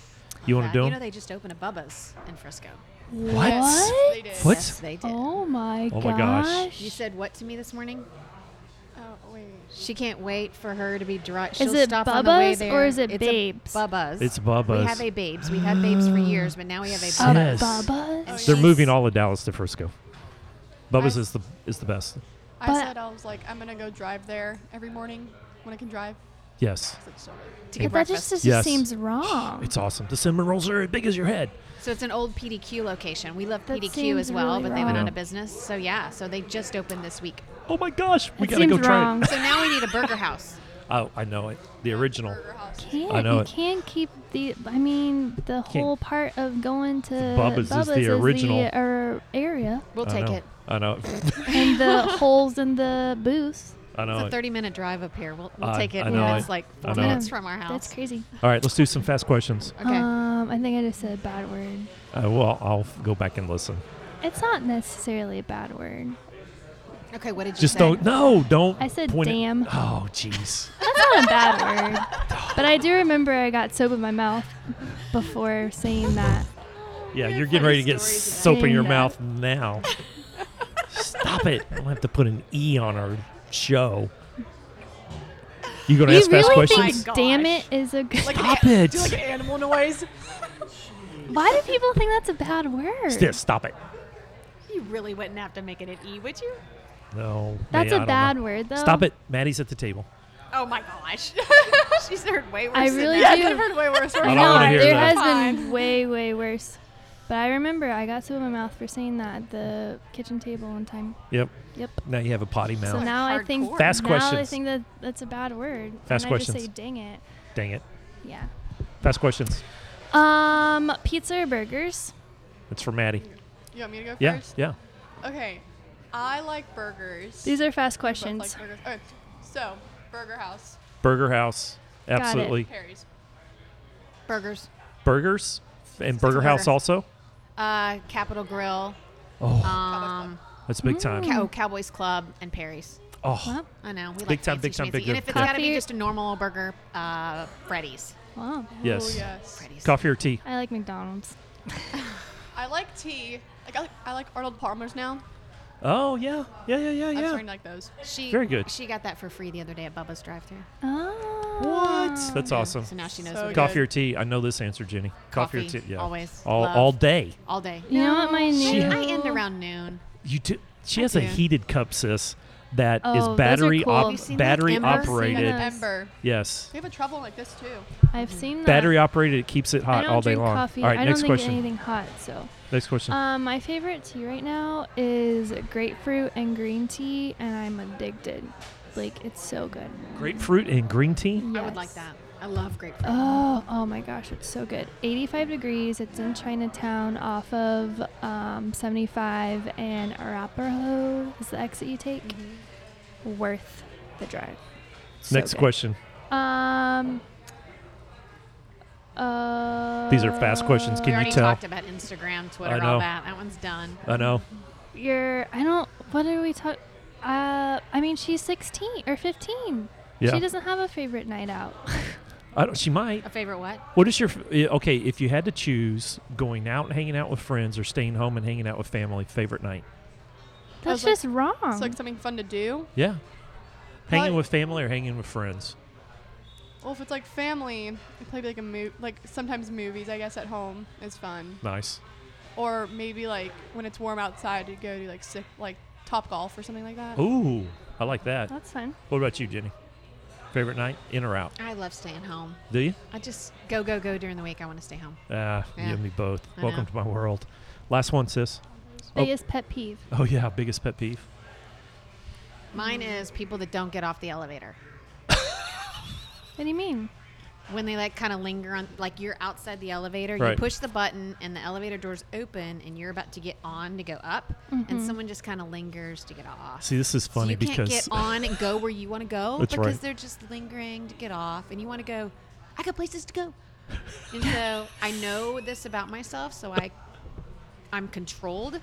You want to
Yeah,
do
You
them?
know they just opened a Bubba's in Frisco.
What?
Yes, they did.
What?
Yes, they did.
Oh my
Oh
gosh.
my gosh.
You said what to me this morning?
Oh, wait.
She can't wait for her to be dry. She'll
Is it
stop on the way
Bubba's or
there.
is it
It's a
Babes?
Bubba's.
It's Bubba's.
We have a Babes. We had Babes for years, but now we have a
Oh,
Uh,
Bubba's.
Yes.
Bubba's.
Oh, yeah.
They're
Jeez.
moving all of Dallas to Frisco. Bubba's
I-
is the is the best.
I
But-
said I was like, I'm gonna go drive there every morning when I can drive.
Yes,
It's like
to
so good.
But
get
that
breakfast.
just, just
Yes.
seems wrong.
it's awesome. The cinnamon rolls are as big as your head.
so it's an old PDQ location. We love
That
PDQ as
seems
well,
really
but they went
wrong.
out of business. So yeah, so they just opened this week.
Oh my gosh, we
It
gotta go
seems
try
wrong.
it.
So now we need a Burger House.
Oh, I know it. The original.
Burger house.
can't,
I know
you
it.
can't keep the. I mean, the whole part of going to
Bubba's is the
the
original.
er, area
We'll
I
take
know.
it.
I know. it.
and the holes in the booths.
I know.
It's a
it.
30 minute drive up here. We'll, we'll
I-
take it.
I know
Yeah,
it.
it's like
I
four
know it.
minutes from our house.
That's crazy.
All right, let's do some fast questions.
Okay.
Um, I think I just said a bad word.
Uh, well, I'll f- go back and listen.
It's not necessarily a bad word.
okay. What did you
Just
say?
don't. No, don't.
I said
point it-
damn.
Oh, jeez.
That's not a bad word. But I do remember I got soap in my mouth before saying that.
Yeah,
Your
you're getting
funny
ready to get
stories about
soap in your
Dang.
mouth now. Stop it. I'm going to have to put an E on our show. You going to
you
ask fast
really
questions?
think
Oh My
"damn
gosh.
it" is a good?
Like
Stop
an, a-
it.
Do like an animal noise.
Why do people think that's a bad word?
Sti- Stop it.
You really wouldn't have to make it an E, would you?
No.
That's
a
a bad word, though.
Stop it. Maddie's at the table.
Oh my gosh. She's heard way worse.
I
than
really
that.
do.
I've heard way worse.
I
I
don't
know,
wanna hear
there
that.
has been
Fine.
way, way worse. But I remember I got soap in my mouth for saying that at the kitchen table one time.
Yep.
Yep.
Now you have a potty mouth.
So now I think
Hardcore.
Fast
now I
questions.
think that that's a bad word.
Fast
and I
questions.
just say "dang it."
Dang it.
Yeah.
Fast questions.
Um, pizza or burgers?
It's for Maddie.
You want me to go
Yeah.
first?
Yeah.
Okay. I like burgers.
These are fast
Both like
questions.
burgers. Okay. So, Burger House,
Burger House.
it.
Absolutely.
Harry's.
Burgers.
Burgers. And
a
Burger House
burger.
also.
Uh, Capital Grill.
Oh,
Uh,
Um,
that's big time.
mm-hmm.
Cow- Cowboys Club and Perry's.
Oh,
Wow.
I know. We
Big
like
time,
fancy
big time,
schmancy.
big
And
time.
if it's
Yeah.
got to be
Coffee-
just a normal burger, uh, Freddy's.
Wow.
yes.
Oh, yes.
Freddy's.
Coffee or tea?
I like McDonald's.
I like tea. Like I, like- I like Arnold Palmer's now.
Oh, yeah. Yeah, yeah, yeah,
I'm
yeah.
starting to like those.
She,
Very good.
She got that for free the other day at Bubba's drive-thru.
Oh.
What? That's awesome.
So now she knows
So
what
good.
Coffee or tea? I know this answer, Jenny. Coffee,
Coffee,
or tea? Yeah.
always.
All,
Love.
all day.
all day.
You know what my
She-
new?
I end around noon.
You do, She has a
do.
heated cup, sis. That is
Oh, those are
battery
cool. Have
op-
you
seen that?
battery
Ember?
And
operated.
Seen that.
Ember.
Yes.
We have a trouble like this too.
I've seen that.
Battery operated. It keeps it
I
hot
don't
all day
drink
long.
coffee.
All right.
I
next
don't
question.
think anything hot. So,
Next question.
um, my favorite tea right now is grapefruit and green tea, and I'm addicted. Like it's so good.
Grapefruit and green tea.
Mm.
I would like
Yes.
that. I love grapefruit.
Oh, oh my gosh, it's so good. 85 degrees. It's in Chinatown off of um, 75 and Arapaho is the exit you take.
Mm-hmm.
Worth the drive. So
next
good.
question.
Um. Uh,
These are fast questions.
we
Can you
already
tell?
talked about Instagram, Twitter,
know.
all that. That one's done.
I know.
You're. I don't. What are we talking? Uh, I mean, she's 16 or 15.
Yeah.
She doesn't have a favorite night out.
I don't, she might.
A favorite what?
What is your f- eh, okay? If you had to choose going out and hanging out with friends or staying home and hanging out with family, favorite night?
That's
was like-
just wrong.
It's like something fun to do.
Yeah. Hanging
Probably-
with family or hanging with friends?
Well, if it's like family, we play like a movie. Like sometimes movies, I guess, at home is fun.
Nice.
Or maybe like when it's warm outside, to go to like sick, like Top Golf or something like that.
Ooh, I like that.
That's fun.
What about you, Jenny? Favorite night, in or out?
I love staying home.
Do you?
I just go go go during the week. I want to stay home.
Ah, you
Yeah.
and me both.
I
Welcome
know.
to my world. Last one, sis. Oh.
Biggest pet peeve.
Oh yeah, biggest pet peeve.
Mine is people that don't get off the elevator.
What do you mean?
When they like kind of linger on, like you're outside the elevator,
Right.
you push the button and the elevator doors open, and you're about to get on to go up, and someone just kind of lingers to get off.
See, this is
So
funny
you can't
because
get on and go where you want to go
That's
because
right.
they're just lingering to get off, and you want to go. I got places to go. And so I know this about myself, so I, I'm controlled.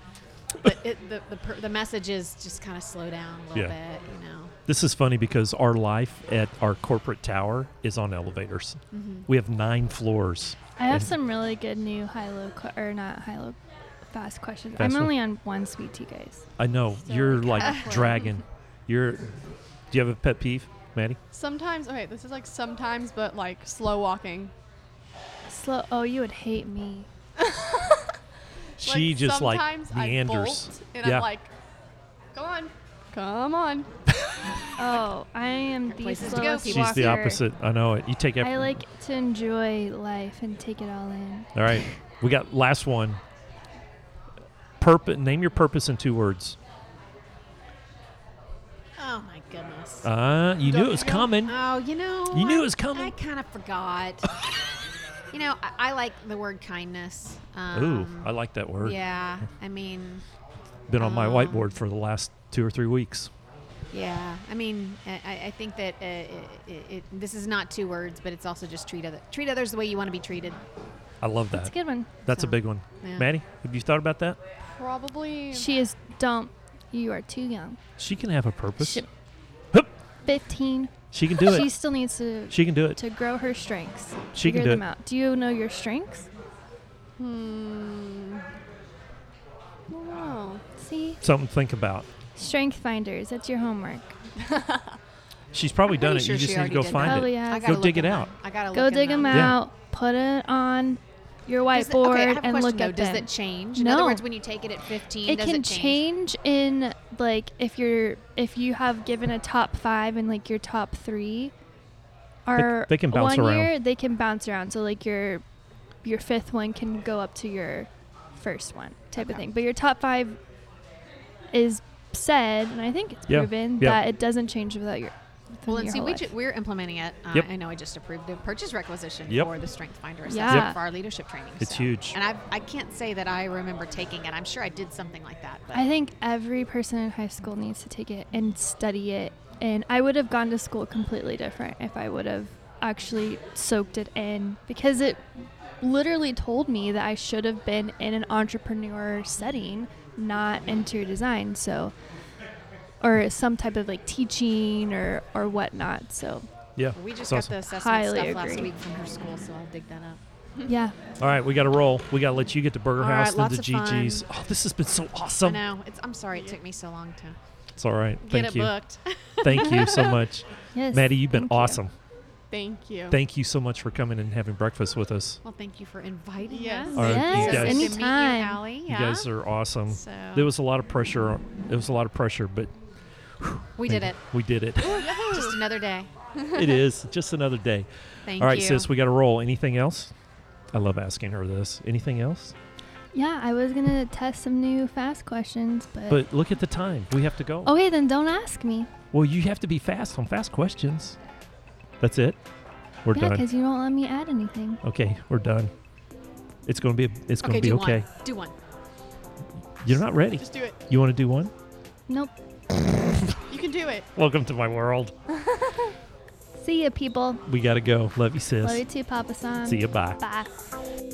But it, the, the, per- the message is just kind of slow down a little
Yeah.
bit, you know.
This is funny because our life at our corporate tower is on elevators. We have nine floors.
I have
And-
some really good new high low que- or not high low fast questions.
Fast
I'm
one?
only on one sweet tea, guys.
I know
So
you're
like
like
halfway.
dragon. You're. Do you have a pet peeve, Maddie?
Sometimes, okay, this is like sometimes, but like slow walking.
Slow. Oh, you would hate me.
She just like
sometimes I
meanders.
bolt and
yeah.
I'm like, come on, come on.
Oh, I am the
Places to go,
slowest
people.
She's
walker.
the opposite. I know it. You take it.
I like to enjoy life and take it all in.
All right, we got last one. Purpose. Name your purpose in two words.
Oh my goodness.
Uh, you knew it was coming.
Oh, you know.
You knew
I-
it was coming.
I kind of forgot. you know, I, I like the word kindness. Um,
Ooh, I like that word.
Yeah, I mean,
Been on my
um,
whiteboard for the last two or three weeks.
yeah, I mean, I- I, I think that uh, it, it, it, this is not two words, but it's also just treat other, treat others the way you want to be treated.
I love that.
That's a good one.
That's a
So,
big one.
yeah.
Maddie, have you thought about that?
Probably.
She is dumb. You are too young.
She can have a purpose.
She-
Hup.
Fifteen.
She can do
She
it.
still needs to
She can do it.
to grow her strengths.
She can
figure
do
them
it.
out. Do you know your strengths?
Hmm. I don't know.
Hmm. See,
Something to think about.
strength finders. That's your homework.
She's probably
I'm
done
pretty
it.
sure
you
she
just need to
already
go
did
find
that.
it.
Oh, yeah. Go
I gotta look
dig
in
it
them.
out.
I gotta
Go
look in
dig them
them.
Yeah.
out. Put it on your
Does the-
whiteboard
okay, I have a
and
question,
look
though.
at
Does
them.
that change? In
No.
other words, when you take it at 15,
it
does
can
it change?
change? in like if you're if you have given a top five and like your top three are
they can bounce
one
around.
year they can bounce around so like your your fifth one can go up to your first one type of
Okay.
thing but your top five is said and i think it's
Yeah,
proven
yeah.
that it doesn't change without your within
Well, and
your
see,
whole
we
life.
ju- we're implementing it. Uh,
Yep.
I know I just approved the purchase requisition
Yep.
for the Strength Finder
Yeah.
assessment
Yep.
for our leadership training.
It's
so-
huge.
And I've, I can't say that I remember taking it. I'm sure I did something like that. But
I think every person in high school needs to take it and study it. And I would have gone to school completely different if I would have actually soaked it in because it literally told me that I should have been in an entrepreneur setting, not interior design. So, or some type of like teaching or, or whatnot. So,
Yeah.
we just
it's
got
awesome.
the assessment
Highly
stuff last
agree.
week from her school, so I'll dig that up.
yeah.
All right, we got to roll. We got to let you get to Burger
All
House,
right,
then to
lots of
GG's. Oh, this has been so
I
awesome.
know. It's, I'm sorry it took me so long to
It's all right.
get
Thank
it
you.
booked.
Thank you so much.
Yes.
Maddie, you've been
thank you.
awesome.
Thank you.
Thank you so much for coming and having breakfast with us.
well, thank you for inviting
Yes.
us.
All right, you
So
Yes,
guys-
good to meet you,
anytime.
Allie. Yeah.
You guys are awesome.
So-
There was a lot of pressure. on- There was a lot of pressure, but
we did it.
We did it.
Just another day.
it is just another day.
Thank
All right,
you.
sis, we got to roll. Anything else? I love asking her this. Anything else?
Yeah, I was going to test some new fast questions,
Uh,
but.
But look at the time. We have to go.
Oh.
Okay, then don't ask me.
Well, you have to be fast on fast questions. That's it. We're
Yeah,
done. Oh.
because you don't let me add anything.
Okay, we're done. It's gonna be. A, it's gonna
okay,
be
do
okay.
one. Do one.
You're not ready.
Just do it.
You want to do one?
Nope.
You can do it.
Welcome to my world.
See ya, people.
We gotta go. Love you, sis.
Love you too, Papa San.
See you. Bye.
Bye.